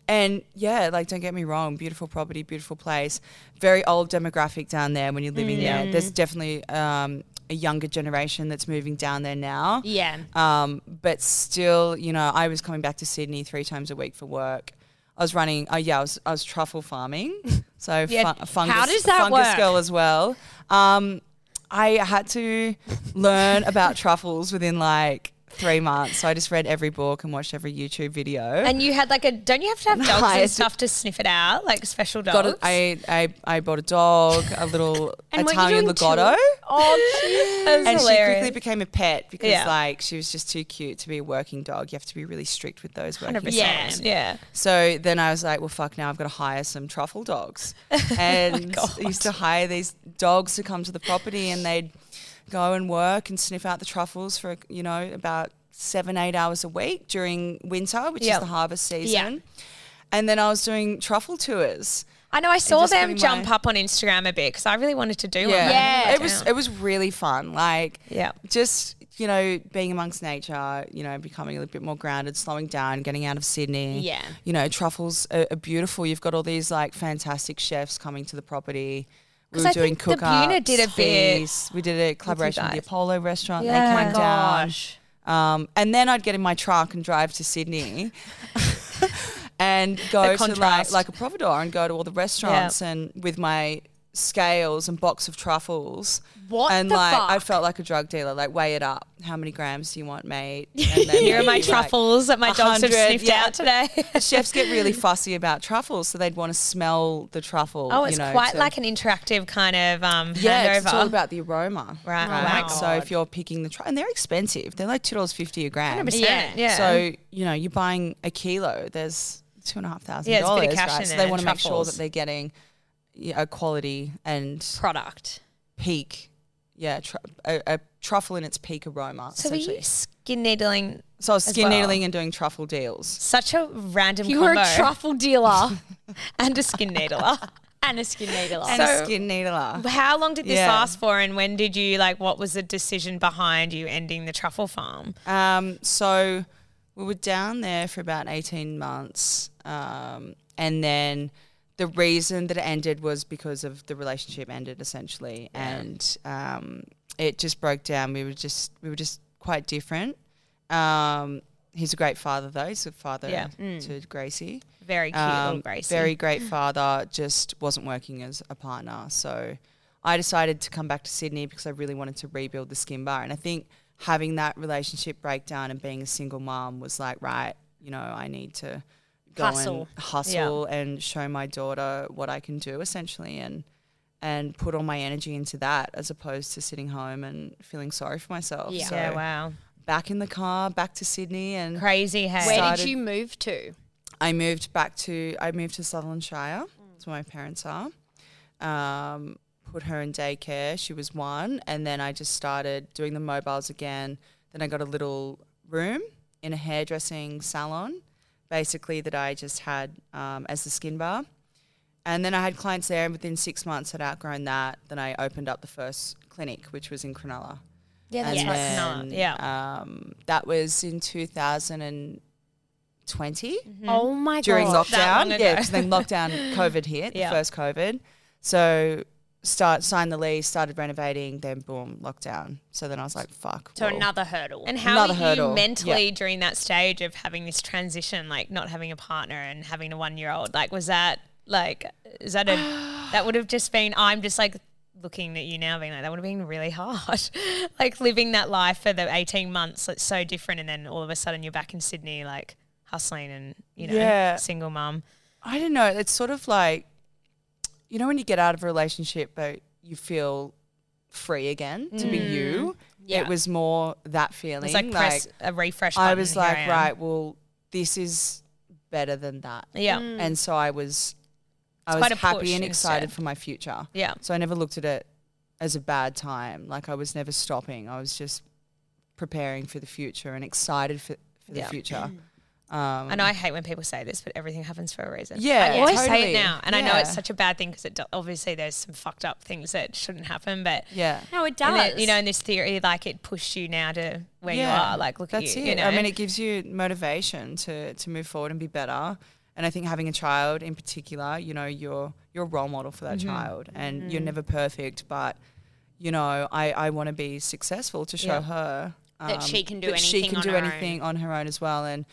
Speaker 2: and yeah, like, don't get me wrong, beautiful property, beautiful place. Very old demographic down there when you're living there. There's definitely um, a younger generation that's moving down there now.
Speaker 4: Yeah.
Speaker 2: Um, but still, you know, I was coming back to Sydney three times a week for work. I was running. Oh yeah, I was, I was truffle farming. So
Speaker 3: Yeah,
Speaker 2: fu- fungus,
Speaker 4: does that
Speaker 2: fungus
Speaker 4: work?
Speaker 2: girl as well. Um, I had to learn about truffles within like three months. So I just read every book and watched every YouTube video.
Speaker 3: And you had like a don't you have to have dogs
Speaker 2: I
Speaker 3: and
Speaker 2: did-
Speaker 3: stuff to sniff it out like special dogs?
Speaker 2: Got a, I, I, I bought a dog, a little
Speaker 3: And weren't you
Speaker 2: Italian
Speaker 3: doing
Speaker 2: Legato.
Speaker 3: oh, cute. That was
Speaker 2: and she
Speaker 3: hilarious.
Speaker 2: quickly became a pet because
Speaker 3: Yeah.
Speaker 2: like she was just too cute to be a working dog. You have to be really strict with those working dogs.
Speaker 4: Yeah.
Speaker 3: yeah.
Speaker 2: So then I was like, well, fuck, now I've got to hire some truffle dogs. And I used to hire these dogs to come to the property and they'd go and work and sniff out the truffles for, you know, about seven, eight hours a week during winter, which
Speaker 3: Yep.
Speaker 2: is the harvest season. And then I was doing truffle tours.
Speaker 3: I know. I saw
Speaker 2: just
Speaker 3: them
Speaker 2: putting
Speaker 3: jump
Speaker 2: my-
Speaker 3: up on Instagram a bit because I really wanted to do one. but
Speaker 2: Yeah.
Speaker 3: I never
Speaker 2: It
Speaker 3: got
Speaker 2: was
Speaker 3: down.
Speaker 2: it was really fun. Like
Speaker 3: Yeah.
Speaker 2: just, you know, being amongst nature, you know, becoming a little bit more grounded, slowing down, getting out of Sydney.
Speaker 4: Yeah.
Speaker 2: You know, truffles are, are beautiful. You've got all these like fantastic chefs coming to the property. We
Speaker 3: 'Cause
Speaker 2: were
Speaker 3: I
Speaker 2: doing
Speaker 3: think the
Speaker 2: cook
Speaker 3: Buna did a bit
Speaker 2: We did a collaboration with the
Speaker 3: guys.
Speaker 2: Apollo restaurant.
Speaker 3: Yeah.
Speaker 2: They
Speaker 3: Oh my
Speaker 2: came down. Um, and then I'd get in my truck and drive to Sydney and go to like,
Speaker 3: contrast.
Speaker 2: like a providor and go to all the restaurants and with my scales and box of truffles.
Speaker 4: What
Speaker 2: And
Speaker 4: the
Speaker 2: like I
Speaker 4: fuck?
Speaker 2: felt like a drug dealer, like weigh it up. How many grams do you want, mate? And then
Speaker 3: Here are
Speaker 2: maybe,
Speaker 3: my
Speaker 2: like-
Speaker 3: truffles that my dogs have
Speaker 2: 100,
Speaker 3: sniffed
Speaker 2: yeah.
Speaker 3: out today.
Speaker 2: Chefs get really fussy about truffles, so they'd want to smell the truffle.
Speaker 3: Oh, it's
Speaker 2: you know,
Speaker 3: quite
Speaker 2: to-
Speaker 3: like an interactive kind of um,
Speaker 2: yeah,
Speaker 3: handover.
Speaker 2: it's- it's all about the aroma,
Speaker 3: Right. Oh,
Speaker 2: Like,
Speaker 3: wow.
Speaker 2: So if you're picking the truffle, and they're expensive, they're like two dollars fifty a gram.
Speaker 3: yeah, yeah.
Speaker 2: So you know, you're buying a kilo. There's two and a half thousand
Speaker 3: Yeah, it's a bit
Speaker 2: dollars,
Speaker 3: of cash
Speaker 2: right?
Speaker 3: in
Speaker 2: So
Speaker 3: there,
Speaker 2: they want to make sure
Speaker 3: truffles.
Speaker 2: that they're getting yeah, a quality and
Speaker 4: Product.
Speaker 2: peak, yeah, tru- a, a truffle in its peak aroma.
Speaker 3: so were you
Speaker 2: essentially.
Speaker 3: skin needling?
Speaker 2: so I was skin
Speaker 3: well?
Speaker 2: needling and doing truffle deals.
Speaker 3: Such a random
Speaker 4: You were
Speaker 3: combo.
Speaker 4: a truffle dealer
Speaker 3: and a skin needler.
Speaker 4: and a skin needler.
Speaker 2: And a
Speaker 3: So-
Speaker 2: skin needler.
Speaker 3: How long did this
Speaker 2: Yeah.
Speaker 3: last for, and when did you like? What was the decision behind you ending the truffle farm?
Speaker 2: Um, so we were down there for about 18 months. Um, and then the reason that it ended was because of the relationship ended essentially. And um, it just broke down. We were just, we were just quite different. Um, he's a great father though. He's a father
Speaker 3: Yeah. Mm.
Speaker 2: to Gracie.
Speaker 3: Very cute,
Speaker 2: Um,
Speaker 3: little Gracie.
Speaker 2: Very great father, just wasn't working as a partner. So I decided to come back to Sydney because I really wanted to rebuild the skin bar. And I think having that relationship breakdown and being a single mom was like, right, you know, I need to go
Speaker 4: Hustle.
Speaker 2: and hustle and show my daughter what I can do essentially and and put all my energy into that as opposed to sitting home and feeling sorry for myself.
Speaker 4: Yeah.
Speaker 2: So
Speaker 3: yeah, wow,
Speaker 2: back in the car, back to Sydney and
Speaker 3: crazy. Hey,
Speaker 4: Where
Speaker 2: Started-
Speaker 4: did you move to?
Speaker 2: I moved back to I moved to Sutherland Shire.
Speaker 3: Mm.
Speaker 2: That's where my parents are. Um, put her in daycare. She was one, and then I just started doing the mobiles again. Then I got a little room in a hairdressing salon, basically that I just had um, as the skin bar. And then I had clients there, and within six months had outgrown that. Then I opened up the first clinic, which was in Cronulla.
Speaker 3: yeah, that's
Speaker 2: And
Speaker 3: right. No,
Speaker 2: then,
Speaker 3: yeah,
Speaker 2: Um, that was in 2020
Speaker 4: Oh my
Speaker 2: during
Speaker 4: god.
Speaker 3: that
Speaker 2: lockdown.
Speaker 3: long
Speaker 2: Yeah,
Speaker 3: ago.
Speaker 2: 'cause then lockdown, COVID hit,
Speaker 3: Yeah.
Speaker 2: the first COVID. So start signed the lease, started renovating, then boom, lockdown. So then I was like, fuck.
Speaker 4: So
Speaker 2: well,
Speaker 4: another hurdle.
Speaker 3: And how
Speaker 2: Another
Speaker 3: are
Speaker 2: hurdle.
Speaker 3: you
Speaker 2: Yeah.
Speaker 3: mentally during that stage of having this transition, like not having a partner and having a one year old? Like, was that like, is that a, that would have just been, I'm just like looking at you now being like, that would have been really hard. like living that life for the 18 months, it's so different. And then all of a sudden you're back in Sydney, like hustling and, you know,
Speaker 2: Yeah.
Speaker 3: single mum.
Speaker 2: I don't know. It's sort of like, you know, when you get out of a relationship, but you feel free again to be you.
Speaker 4: Yeah.
Speaker 2: It was more that feeling.
Speaker 3: Mm. It's like, press a refresh button.
Speaker 2: I was
Speaker 3: here
Speaker 2: like,
Speaker 3: am.
Speaker 2: right, well, this is better than that.
Speaker 3: Yeah.
Speaker 2: And so I was, I
Speaker 3: Mm. quite a
Speaker 2: was happy
Speaker 3: push
Speaker 2: and excited
Speaker 3: instead.
Speaker 2: for my future.
Speaker 3: Yeah.
Speaker 2: So I never looked at it as a bad time. Like I was never stopping. I was just preparing for the future and excited for, for the
Speaker 3: Yeah.
Speaker 2: future. Um,
Speaker 3: And I hate when people say this, but everything happens for a reason.
Speaker 2: Yeah,
Speaker 3: I always say
Speaker 2: totally.
Speaker 3: it now, and I know it's
Speaker 2: Yeah.
Speaker 3: such a bad thing because obviously there's some fucked up things that shouldn't happen, but
Speaker 2: yeah.
Speaker 4: No, it
Speaker 3: and
Speaker 4: does.
Speaker 3: then, you know, in this theory, like it pushed you now to where you are. Like look
Speaker 2: that's
Speaker 3: at you.
Speaker 2: it.
Speaker 3: you know?
Speaker 2: I mean, it gives you motivation to to move forward and be better. And I think having a child in particular, you know, you're you're a role model for
Speaker 3: Mm-hmm.
Speaker 2: that child, and you're never perfect, but you know, I I want to be successful to show
Speaker 3: Yeah.
Speaker 2: her um,
Speaker 4: That she can do
Speaker 2: that she
Speaker 4: anything
Speaker 2: can
Speaker 4: on
Speaker 2: do
Speaker 4: her own.
Speaker 2: anything on her own as well, and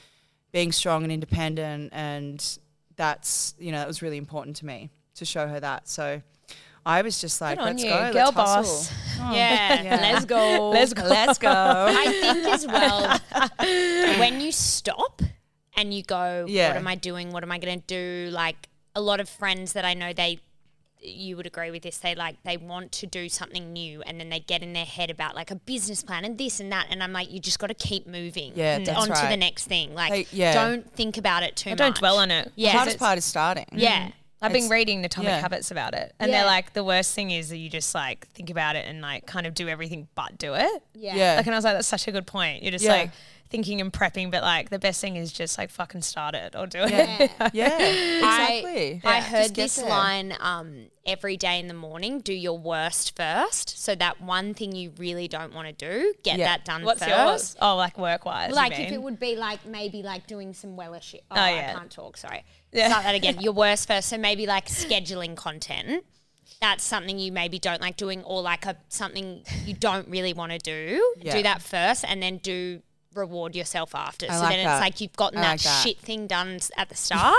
Speaker 2: being strong and independent, and that's you know that was really important to me to show her that. So. I was just like,
Speaker 3: on
Speaker 2: let's
Speaker 3: you,
Speaker 2: go,
Speaker 3: girl
Speaker 2: let's hustle."
Speaker 3: boss.
Speaker 4: yeah,
Speaker 2: Yeah.
Speaker 4: let's go.
Speaker 3: Let's go.
Speaker 2: Let's go.
Speaker 4: I think as well, when you stop and you go,
Speaker 2: Yeah.
Speaker 4: what am I doing? What am I going to do? Like a lot of friends that I know, they, you would agree with this, they like, they want to do something new and then they get in their head about like a business plan and this and that. And I'm like, you just got to keep moving
Speaker 2: Yeah,
Speaker 4: mm,
Speaker 2: that's
Speaker 4: onto the
Speaker 2: right.
Speaker 4: next thing. Like,
Speaker 2: They- yeah.
Speaker 4: don't think about it too
Speaker 3: I
Speaker 4: much.
Speaker 3: don't dwell on it.
Speaker 4: Yeah.
Speaker 2: The
Speaker 3: because
Speaker 2: hardest
Speaker 3: it's-
Speaker 2: part is starting.
Speaker 4: Yeah.
Speaker 3: I've been
Speaker 2: It's-
Speaker 3: reading Atomic
Speaker 2: yeah.
Speaker 3: Habits about it, and
Speaker 4: Yeah.
Speaker 3: they're like the worst thing is that you just like think about it and like kind of do everything but do it.
Speaker 4: Yeah.
Speaker 2: Yeah.
Speaker 3: Like, and I was like, that's such a good point. You're just
Speaker 2: Yeah.
Speaker 3: like thinking and prepping, but like the best thing is just like fucking start it or do it.
Speaker 2: Yeah, yeah, exactly.
Speaker 4: I, I
Speaker 2: Just
Speaker 4: heard
Speaker 2: get
Speaker 4: this
Speaker 2: there.
Speaker 4: line um, every day in the morning do your worst first. So, that one thing you really don't want to do, get
Speaker 2: Yeah.
Speaker 4: that done
Speaker 3: What's
Speaker 4: first.
Speaker 3: yours? Oh, like work wise.
Speaker 4: Like, if it would be like maybe like doing some weller shit. Oh,
Speaker 3: yeah.
Speaker 4: I can't talk. Sorry. Start that again. Your worst first. So, maybe like scheduling content. That's something you maybe don't like doing, or like a something you don't really want to do.
Speaker 2: Yeah.
Speaker 4: Do that first, and then do reward yourself after. so
Speaker 2: like
Speaker 4: then
Speaker 2: that.
Speaker 4: it's like you've gotten
Speaker 2: I
Speaker 4: that,
Speaker 2: like that.
Speaker 4: shit thing done s- at the start,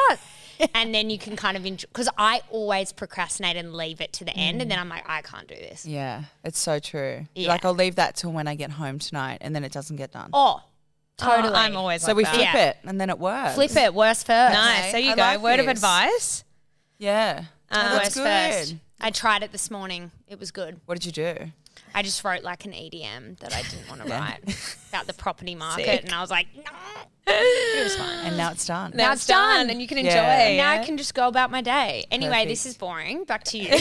Speaker 4: and then you can kind of enjoy. Because I always procrastinate and leave it to the end, and
Speaker 2: Mm.
Speaker 4: then I'm like, I can't do this.
Speaker 2: Yeah, it's so true.
Speaker 4: Yeah.
Speaker 2: Like I'll leave that till when I get home tonight, and then it doesn't get done.
Speaker 4: Oh,
Speaker 3: totally.
Speaker 4: totally.
Speaker 3: I'm always
Speaker 2: so
Speaker 3: like
Speaker 2: we
Speaker 3: that.
Speaker 2: flip
Speaker 4: Yeah.
Speaker 2: it, and then it works.
Speaker 4: flip it. Worst first.
Speaker 3: Nice. There you
Speaker 2: I
Speaker 3: go.
Speaker 2: like
Speaker 3: Word of
Speaker 2: this.
Speaker 3: advice.
Speaker 2: Yeah, Oh,
Speaker 4: Worst
Speaker 2: that's
Speaker 4: Uh, first.
Speaker 2: good.
Speaker 4: I tried it this morning. It was good.
Speaker 2: What did you do?
Speaker 4: I just wrote like an EDM that I didn't want to write about the property market, and I was like, no. It was fine.
Speaker 2: And now it's done.
Speaker 3: Now
Speaker 4: Now
Speaker 3: it's
Speaker 4: it's done.
Speaker 3: done, and you can enjoy.
Speaker 2: Yeah.
Speaker 4: And now I can just go about my day. Anyway,
Speaker 2: Perfect.
Speaker 4: this is boring. Back to you.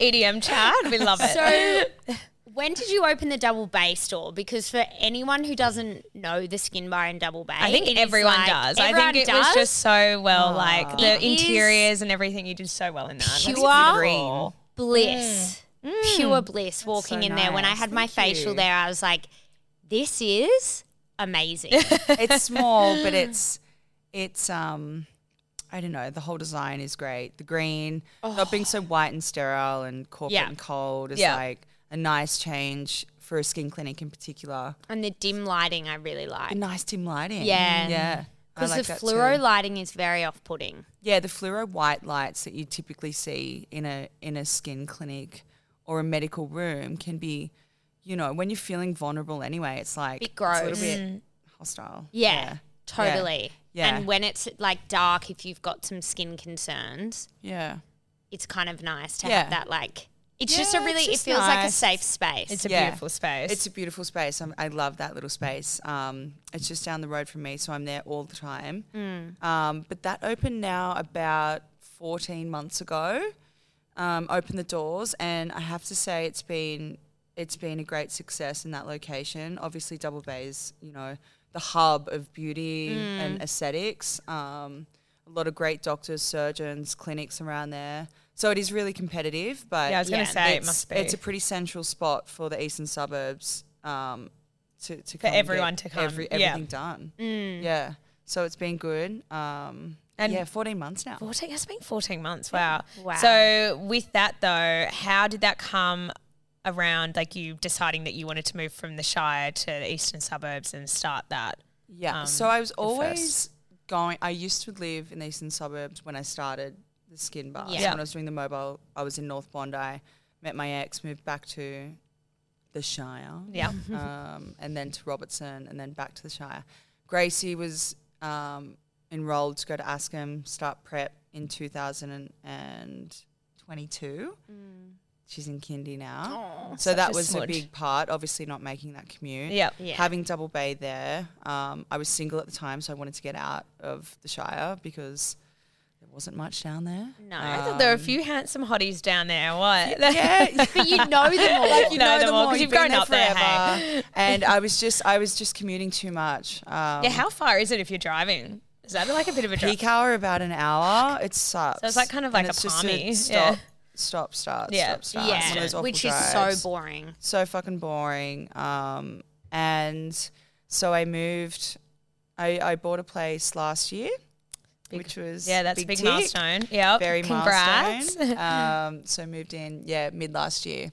Speaker 3: EDM chat. We love it.
Speaker 4: So, when did you open the Double Bay store? Because for anyone who doesn't know the Skin Bar and Double Bay,
Speaker 3: I think
Speaker 4: it is
Speaker 3: everyone
Speaker 4: like-
Speaker 3: does. I
Speaker 4: everyone
Speaker 3: think it
Speaker 4: does.
Speaker 3: was just so well, like the
Speaker 4: It is
Speaker 3: interiors and everything. You did so well in that. Like,
Speaker 4: pure
Speaker 2: green.
Speaker 4: bliss,
Speaker 3: Mm.
Speaker 4: Mm. pure bliss. Walking in there, when I
Speaker 2: nice.
Speaker 4: had my
Speaker 2: Thank
Speaker 4: facial
Speaker 2: you.
Speaker 4: there, I was like, "This is amazing."
Speaker 2: it's small, but it's it's um. I don't know. The whole design is great. The green, not being so white and sterile and corporate
Speaker 4: Oh. Yeah.
Speaker 2: and cold, is
Speaker 3: Yeah.
Speaker 2: like a nice change for a skin clinic in particular.
Speaker 4: and the dim lighting, I really like
Speaker 2: Nice dim lighting.
Speaker 4: Yeah.
Speaker 2: yeah. I
Speaker 4: because
Speaker 2: like
Speaker 4: the
Speaker 2: that too.
Speaker 4: fluoro lighting is very off-putting.
Speaker 2: Yeah, the fluoro white lights that you typically see in a in a skin clinic or a medical room can be, you know, when you're feeling vulnerable anyway, it's like
Speaker 4: Bit
Speaker 2: it's a little
Speaker 4: gross. Mm.
Speaker 2: bit hostile.
Speaker 4: Yeah, totally.
Speaker 2: Yeah.
Speaker 4: And when it's like dark, if you've got some skin concerns,
Speaker 2: Yeah.
Speaker 4: it's kind of nice to
Speaker 2: Yeah.
Speaker 4: have that. Like, it's just a
Speaker 2: Yeah,
Speaker 4: really,
Speaker 2: it's just
Speaker 4: it feels like a
Speaker 2: nice.
Speaker 4: safe space.
Speaker 3: It's a
Speaker 2: Yeah.
Speaker 3: beautiful space.
Speaker 2: It's a beautiful space. I'm, I love that little space. Um, it's just down the road from me, so I'm there all the time.
Speaker 4: Mm.
Speaker 2: Um, but that opened now about 14 months ago. Um, opened the doors, and I have to say it's been it's been a great success in that location. Obviously, Double Bay is you know the hub of beauty
Speaker 3: Mm.
Speaker 2: and aesthetics. Um, a lot of great doctors, surgeons, clinics around there. So it is really competitive, but
Speaker 3: yeah, I was gonna
Speaker 4: yeah,
Speaker 3: say it
Speaker 2: it's,
Speaker 3: must be
Speaker 2: it's a pretty central spot for the eastern suburbs um, to, to come and
Speaker 3: everyone
Speaker 2: get
Speaker 3: to come,
Speaker 2: every-
Speaker 3: yeah. Mm.
Speaker 2: everything done.
Speaker 4: Mm.
Speaker 2: Yeah. So it's been good. Um, and
Speaker 3: And-
Speaker 2: yeah, 14 months now.
Speaker 3: 14 it's been 14 months wow
Speaker 4: Wow.
Speaker 3: so with that though how did that come around like you deciding that you wanted to move from the shire to the eastern suburbs and start that
Speaker 2: Yeah.
Speaker 3: um,
Speaker 2: so I was
Speaker 3: first.
Speaker 2: always going, I used to live in the eastern suburbs when I started the skin bar.
Speaker 4: Yeah.
Speaker 2: So when I was doing the mobile, I was in North Bondi, met my ex, moved back to the Shire,
Speaker 3: Yeah.
Speaker 4: Mm-hmm.
Speaker 2: um, and then to Robertson, and then back to the Shire. Gracie was um, enrolled to go to Askham, start prep in 2022. She's in kindy now, so
Speaker 3: Mm. such
Speaker 2: that
Speaker 3: a
Speaker 2: was a
Speaker 3: smudge.
Speaker 2: big part. Obviously, not making that commute
Speaker 3: Yep.
Speaker 4: Yeah.
Speaker 2: having Double Bay there. Um, I was single at the time, so I wanted to get out of the Shire because there wasn't much down there.
Speaker 4: No.
Speaker 3: I thought there were a few handsome hotties down there. What?
Speaker 2: Um, Yeah,
Speaker 4: but you know them all.
Speaker 2: Um, you
Speaker 3: know
Speaker 2: know,
Speaker 3: them
Speaker 2: them
Speaker 3: all,
Speaker 2: all
Speaker 3: 'cause
Speaker 2: you've
Speaker 3: you've
Speaker 2: been
Speaker 3: grown up there,
Speaker 2: forever.
Speaker 3: hey.
Speaker 2: and I was just, I was just commuting too much. Um,
Speaker 3: Yeah, how far is it if you're driving? Is that like a bit of a drive?
Speaker 2: peak hour about an hour. It sucks.
Speaker 3: So it's like kind of
Speaker 2: And
Speaker 3: like a
Speaker 2: it's just
Speaker 3: palmy,
Speaker 2: Stop,
Speaker 3: yeah.
Speaker 2: stop, start,
Speaker 3: Yeah.
Speaker 2: stop, start. It's one of those
Speaker 4: yeah,
Speaker 2: awful
Speaker 4: which
Speaker 2: drives.
Speaker 4: is so boring.
Speaker 2: so fucking boring. Um, and so I moved. I, I bought a place last year,
Speaker 3: Big-
Speaker 2: which was
Speaker 3: Yeah, that's a big
Speaker 2: tick,
Speaker 3: milestone. Yeah,
Speaker 2: Very
Speaker 3: congrats.
Speaker 2: milestone. Um, so moved in yeah mid last year.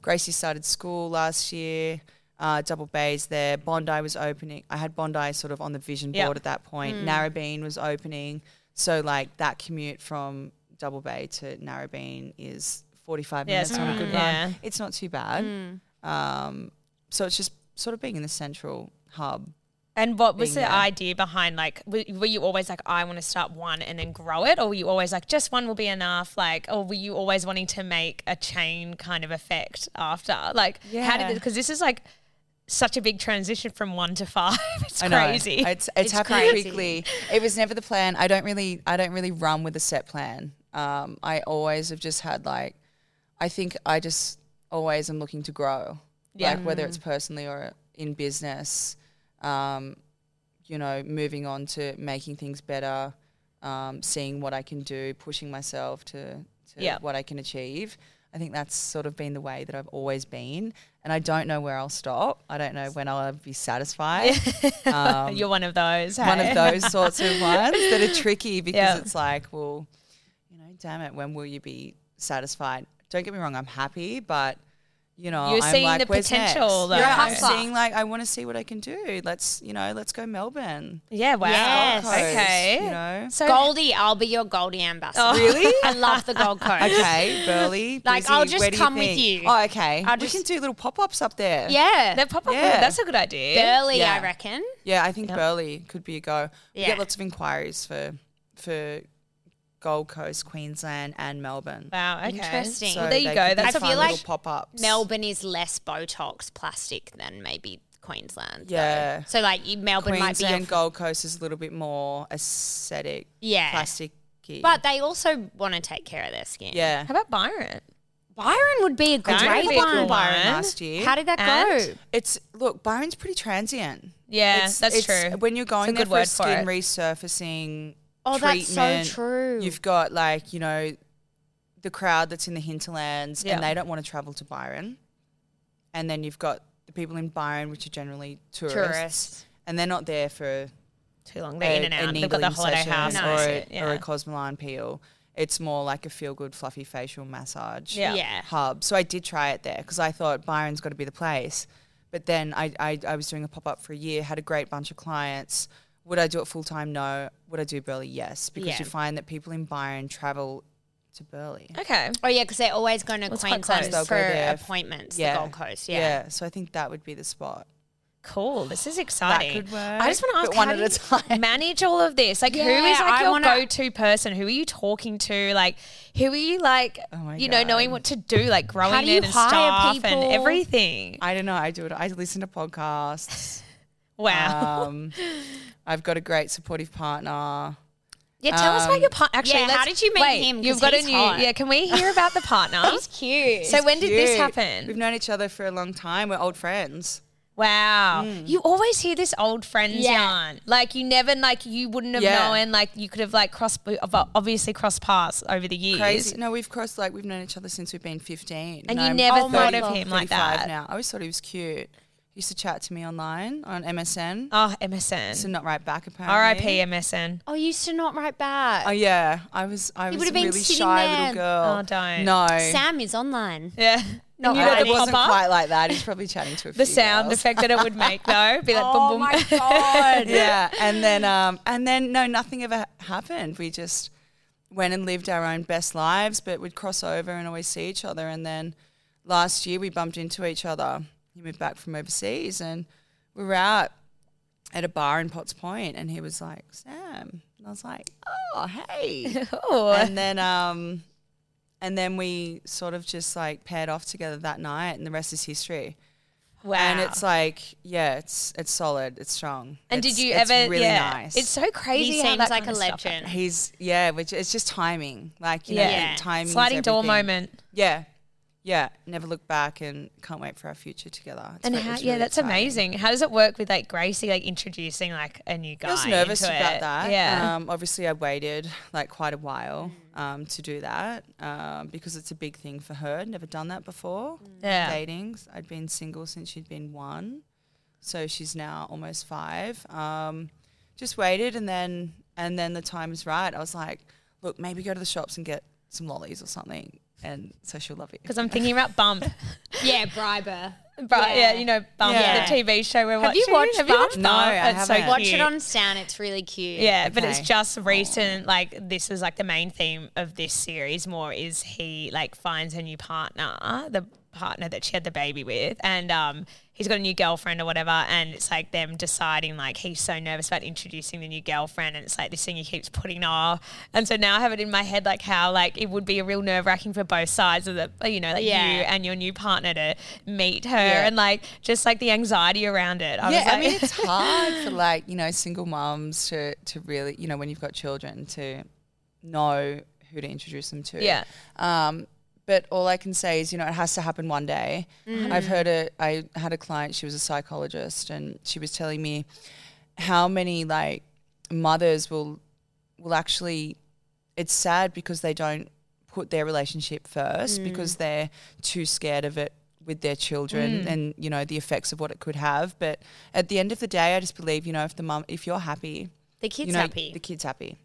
Speaker 2: Gracie started school last year. Uh, Double Bay's there. Bondi was opening. I had Bondi sort of on the vision board
Speaker 3: Yeah.
Speaker 2: at that point.
Speaker 3: Hmm.
Speaker 2: Narrabeen was opening. So like that commute from Double Bay to Narrabeen is 45
Speaker 3: Yeah,
Speaker 2: minutes
Speaker 3: it's
Speaker 2: on a
Speaker 3: not-
Speaker 2: good
Speaker 3: yeah. Hmm.
Speaker 2: run. It's not too bad. Um, so it's just sort of being in the central hub.
Speaker 3: And what was the
Speaker 2: being there.
Speaker 3: idea behind like were, were you always like I want to start one and then grow it or were you always like just one will be enough like or were you always wanting to make a chain kind of effect after like how
Speaker 2: Yeah.
Speaker 3: did because this is like such a big transition from 1 to 5 it's
Speaker 2: I know.
Speaker 3: crazy
Speaker 2: It's it's, happening
Speaker 4: crazy.
Speaker 2: quickly. It was never the plan. I don't really I don't really run with a set plan. Um, I always have just had like I think I just always am looking to grow. Like whether
Speaker 3: Mm.
Speaker 2: it's personally or in business. Um, you know, moving on to making things better, um, seeing what I can do, pushing myself to, to
Speaker 3: Yeah.
Speaker 2: what I can achieve. I think that's sort of been the way that I've always been. And I don't know where I'll stop. I don't know when I'll be satisfied. Um,
Speaker 3: you're one of those
Speaker 2: one
Speaker 3: hey?
Speaker 2: of those sorts of ones that are tricky because
Speaker 3: Yeah.
Speaker 2: it's like, well, you know, damn it, when will you be satisfied? Don't get me wrong, I'm happy, but you know,
Speaker 3: You're
Speaker 2: I'm
Speaker 3: seeing
Speaker 2: like,
Speaker 3: the
Speaker 2: "Where's
Speaker 3: potential,
Speaker 2: next?" Yeah,
Speaker 3: though.
Speaker 2: I'm
Speaker 4: Hustler.
Speaker 2: seeing like I want to see what I can do. Let's, you know, let's go Melbourne.
Speaker 3: yeah wow
Speaker 4: Yes.
Speaker 2: Gold Coast,
Speaker 3: okay
Speaker 2: you know.
Speaker 3: so
Speaker 4: Goldie, I'll be your Goldie ambassador.
Speaker 2: Oh. Really?
Speaker 4: I love the Gold Coast.
Speaker 2: Okay, Burley.
Speaker 4: Like,
Speaker 2: Brizzy,
Speaker 4: I'll just
Speaker 2: where do
Speaker 4: come with
Speaker 2: think?
Speaker 4: you.
Speaker 2: Oh, okay.
Speaker 4: I'll
Speaker 2: we can
Speaker 4: just-
Speaker 2: do little pop ups up there.
Speaker 4: Yeah.
Speaker 3: that pop up
Speaker 2: Yeah.
Speaker 3: that's a good idea
Speaker 4: Burley,
Speaker 2: Yeah.
Speaker 4: I reckon.
Speaker 2: Yeah, I think Burley could be a go. We
Speaker 4: Yeah.
Speaker 2: get lots of inquiries for for Gold Coast, Queensland, and Melbourne.
Speaker 3: wow okay
Speaker 4: Interesting.
Speaker 3: well, there you go that's
Speaker 4: I
Speaker 3: a
Speaker 4: feel
Speaker 3: fun
Speaker 4: like
Speaker 3: little
Speaker 2: pop ups.
Speaker 4: Melbourne is less Botox plastic than maybe Queensland. though.
Speaker 2: Yeah.
Speaker 4: So like you- Melbourne might be, your,
Speaker 2: Queensland, Gold Coast is a little bit more aesthetic,
Speaker 4: yeah.
Speaker 2: plasticky.
Speaker 4: But they also want to take care of their skin.
Speaker 2: yeah,
Speaker 3: how about Byron
Speaker 4: Byron would be a great
Speaker 3: Byron would be a
Speaker 4: one.
Speaker 3: cool
Speaker 2: Byron
Speaker 3: one.
Speaker 2: last year.
Speaker 4: How did that
Speaker 3: And?
Speaker 4: go?
Speaker 2: it's look Byron's pretty transient.
Speaker 3: yeah
Speaker 2: It's-
Speaker 3: that's
Speaker 2: it's-
Speaker 3: true
Speaker 2: When you're going
Speaker 3: It's a
Speaker 2: there
Speaker 3: good
Speaker 2: for a
Speaker 3: word for
Speaker 2: skin
Speaker 3: it.
Speaker 2: resurfacing
Speaker 4: Oh, that's
Speaker 2: treatment,
Speaker 4: so true.
Speaker 2: You've got like you know the crowd that's in the hinterlands,
Speaker 3: Yeah.
Speaker 2: and they don't want to travel to Byron. And then you've got the people in Byron, which are generally tourists,
Speaker 4: Tourists.
Speaker 2: and they're not there for
Speaker 3: too long they're in and out they've got the
Speaker 2: needling
Speaker 3: holiday
Speaker 2: session
Speaker 3: house
Speaker 4: No.
Speaker 2: or,
Speaker 3: that's
Speaker 2: a,
Speaker 3: it, yeah.
Speaker 2: or a Cosmoline peel. It's more like a feel good, fluffy facial massage
Speaker 3: Yeah.
Speaker 4: Yeah.
Speaker 2: hub. So I did try it there because I thought Byron's got to be the place. But then I, I, I was doing a pop up for a year, had a great bunch of clients. Would I do it full time? No. Would I do Burley? Yes. Because
Speaker 4: Yeah.
Speaker 2: you find that people in Byron travel to Burley.
Speaker 3: Okay.
Speaker 4: Oh yeah, because they're always going to
Speaker 3: Well, it's quite
Speaker 4: Queensland
Speaker 3: close.
Speaker 4: for
Speaker 2: They'll go there.
Speaker 4: appointments.
Speaker 2: Yeah.
Speaker 4: The Gold Coast. Yeah.
Speaker 2: So I think that would be the spot.
Speaker 3: Cool. This is exciting.
Speaker 2: could work,
Speaker 3: I just want to ask
Speaker 2: but one
Speaker 3: how
Speaker 2: at
Speaker 3: do
Speaker 2: a
Speaker 3: you
Speaker 2: time.
Speaker 3: manage all of this? Like who
Speaker 4: Yeah,
Speaker 3: is like
Speaker 4: I
Speaker 3: your
Speaker 4: wanna-
Speaker 3: go-to person? Who are you talking to? Like who are you like
Speaker 2: Oh my
Speaker 3: you know,
Speaker 2: God.
Speaker 3: knowing what to do, like growing
Speaker 4: do you
Speaker 3: it and
Speaker 4: hire
Speaker 3: staff
Speaker 4: people?
Speaker 3: and everything.
Speaker 2: I don't know. I do it. I listen to podcasts.
Speaker 3: Wow.
Speaker 2: Um, I've got a great supportive partner.
Speaker 3: yeah, tell us about
Speaker 2: um,
Speaker 3: your partner. Actually,
Speaker 4: yeah, how did
Speaker 3: let's-
Speaker 4: you meet
Speaker 3: wait,
Speaker 4: him? 'Cause
Speaker 3: You've got
Speaker 4: he's
Speaker 3: a new
Speaker 4: hot.
Speaker 3: Yeah, can we hear about the partner?
Speaker 4: He's cute.
Speaker 3: so when did this
Speaker 2: Cute.
Speaker 3: happen?
Speaker 2: We've known each other for a long time. We're old friends.
Speaker 3: Wow.
Speaker 2: Mm.
Speaker 3: You always hear this old friends
Speaker 4: Yeah.
Speaker 3: yarn. Like you never like you wouldn't have
Speaker 2: Yeah.
Speaker 3: known like you could have like crossed obviously crossed paths over the years.
Speaker 2: Crazy. No, we've crossed like we've known each other since we've been fifteen.
Speaker 3: And you
Speaker 2: I'm
Speaker 3: never
Speaker 4: Oh my
Speaker 3: thought of
Speaker 4: God.
Speaker 3: him like
Speaker 2: 35
Speaker 3: that.
Speaker 2: now. I always thought he was cute. He used to chat to me online on MSN.
Speaker 3: Oh,
Speaker 2: So
Speaker 3: MSN.
Speaker 2: not right back apparently.
Speaker 3: R.I.P. MSN.
Speaker 4: oh, you used to not write back.
Speaker 2: Oh yeah, I was. I was
Speaker 4: would've
Speaker 2: a
Speaker 4: been
Speaker 2: really
Speaker 4: sitting
Speaker 2: shy
Speaker 4: there.
Speaker 2: little girl.
Speaker 3: Oh, don't.
Speaker 2: No.
Speaker 4: Sam is online.
Speaker 3: Yeah.
Speaker 4: Not
Speaker 3: you
Speaker 2: I-
Speaker 3: know,
Speaker 2: it
Speaker 3: the
Speaker 2: wasn't
Speaker 3: pop-up,
Speaker 2: quite like that. He's probably chatting to a
Speaker 3: the
Speaker 2: few
Speaker 3: sound
Speaker 2: girls.
Speaker 3: effect that it would make though. Be like
Speaker 2: Oh
Speaker 3: boom boom.
Speaker 4: god.
Speaker 2: yeah, and then um, and then no, nothing ever happened. We just went and lived our own best lives, but we'd cross over and always see each other. And then last year we bumped into each other. He moved back from overseas and we were out at a bar in Potts Point and he was like, Sam. And I was like, oh, hey. and then, um, and then we sort of just like paired off together that night and the rest is history.
Speaker 3: Wow.
Speaker 2: And it's like, yeah, it's it's solid, it's strong.
Speaker 3: And
Speaker 2: It's-
Speaker 3: did you
Speaker 2: it's
Speaker 3: ever?
Speaker 2: really
Speaker 3: yeah,
Speaker 2: nice.
Speaker 3: it's so crazy.
Speaker 4: He
Speaker 3: how
Speaker 4: seems
Speaker 3: that
Speaker 4: like a
Speaker 3: kind of stuff
Speaker 4: legend.
Speaker 3: happens.
Speaker 2: He's yeah, which it's just timing, like you know,
Speaker 3: Yeah.
Speaker 2: yeah. timing.
Speaker 3: Sliding door moment.
Speaker 2: Yeah, yeah. Never look back, and can't wait for our future together. It's
Speaker 3: And
Speaker 2: re-
Speaker 3: how,
Speaker 2: it's
Speaker 3: yeah,
Speaker 2: really
Speaker 3: that's
Speaker 2: exciting.
Speaker 3: amazing. How does it work with like Gracie, like introducing like a new guy?
Speaker 2: I was nervous
Speaker 3: into
Speaker 2: about
Speaker 3: it?
Speaker 2: that.
Speaker 3: Yeah.
Speaker 2: Um, obviously, I waited like quite a while um, to do that um, because it's a big thing for her. Never done that before.
Speaker 3: Yeah.
Speaker 2: Datings. I'd been single since she'd been one, so she's now almost five. Um, just waited, and then and then the time was right. I was like, look, maybe go to the shops and get some lollies or something, and so she'll love it.
Speaker 3: Because I'm thinking about Bump.
Speaker 4: Yeah, briber.
Speaker 3: Bri- yeah.
Speaker 4: Yeah.
Speaker 3: you know, Bump,
Speaker 2: Yeah.
Speaker 3: the TV show we're
Speaker 4: Have
Speaker 3: watching.
Speaker 4: you watched Bump?
Speaker 2: No, I
Speaker 3: It's
Speaker 2: haven't.
Speaker 3: So
Speaker 4: Watch
Speaker 3: cute.
Speaker 4: it on Stan. It's really cute.
Speaker 3: Yeah, but it's
Speaker 2: Okay.
Speaker 3: just recent. Like this is like the main theme of this series. More is he like finds a new partner, the partner that she had the baby with, and um, he's got a new girlfriend or whatever. And it's like them deciding like he's so nervous about introducing the new girlfriend, and it's like this thing he keeps putting off. And so now I have it in my head like how like it would be a real nerve wracking for both sides of the you know like
Speaker 4: Yeah.
Speaker 3: you and your new partner to meet her and like just like the anxiety around it. I
Speaker 2: yeah,
Speaker 3: was like,
Speaker 2: I mean it's hard for like you know single mums to to really you know when you've got children to know who to introduce them to.
Speaker 3: Yeah.
Speaker 2: Um, but all I can say is you know it has to happen one day.
Speaker 4: Mm.
Speaker 2: I've heard a I had a client she was a psychologist and she was telling me how many like mothers will will actually it's sad because they don't put their relationship first
Speaker 4: Mm.
Speaker 2: because they're too scared of it with their children
Speaker 4: Mm.
Speaker 2: and you know the effects of what it could have but at the end of the day i just believe you know if the mum if you're happy
Speaker 4: The kid's
Speaker 2: you know
Speaker 4: happy.
Speaker 2: the kid's happy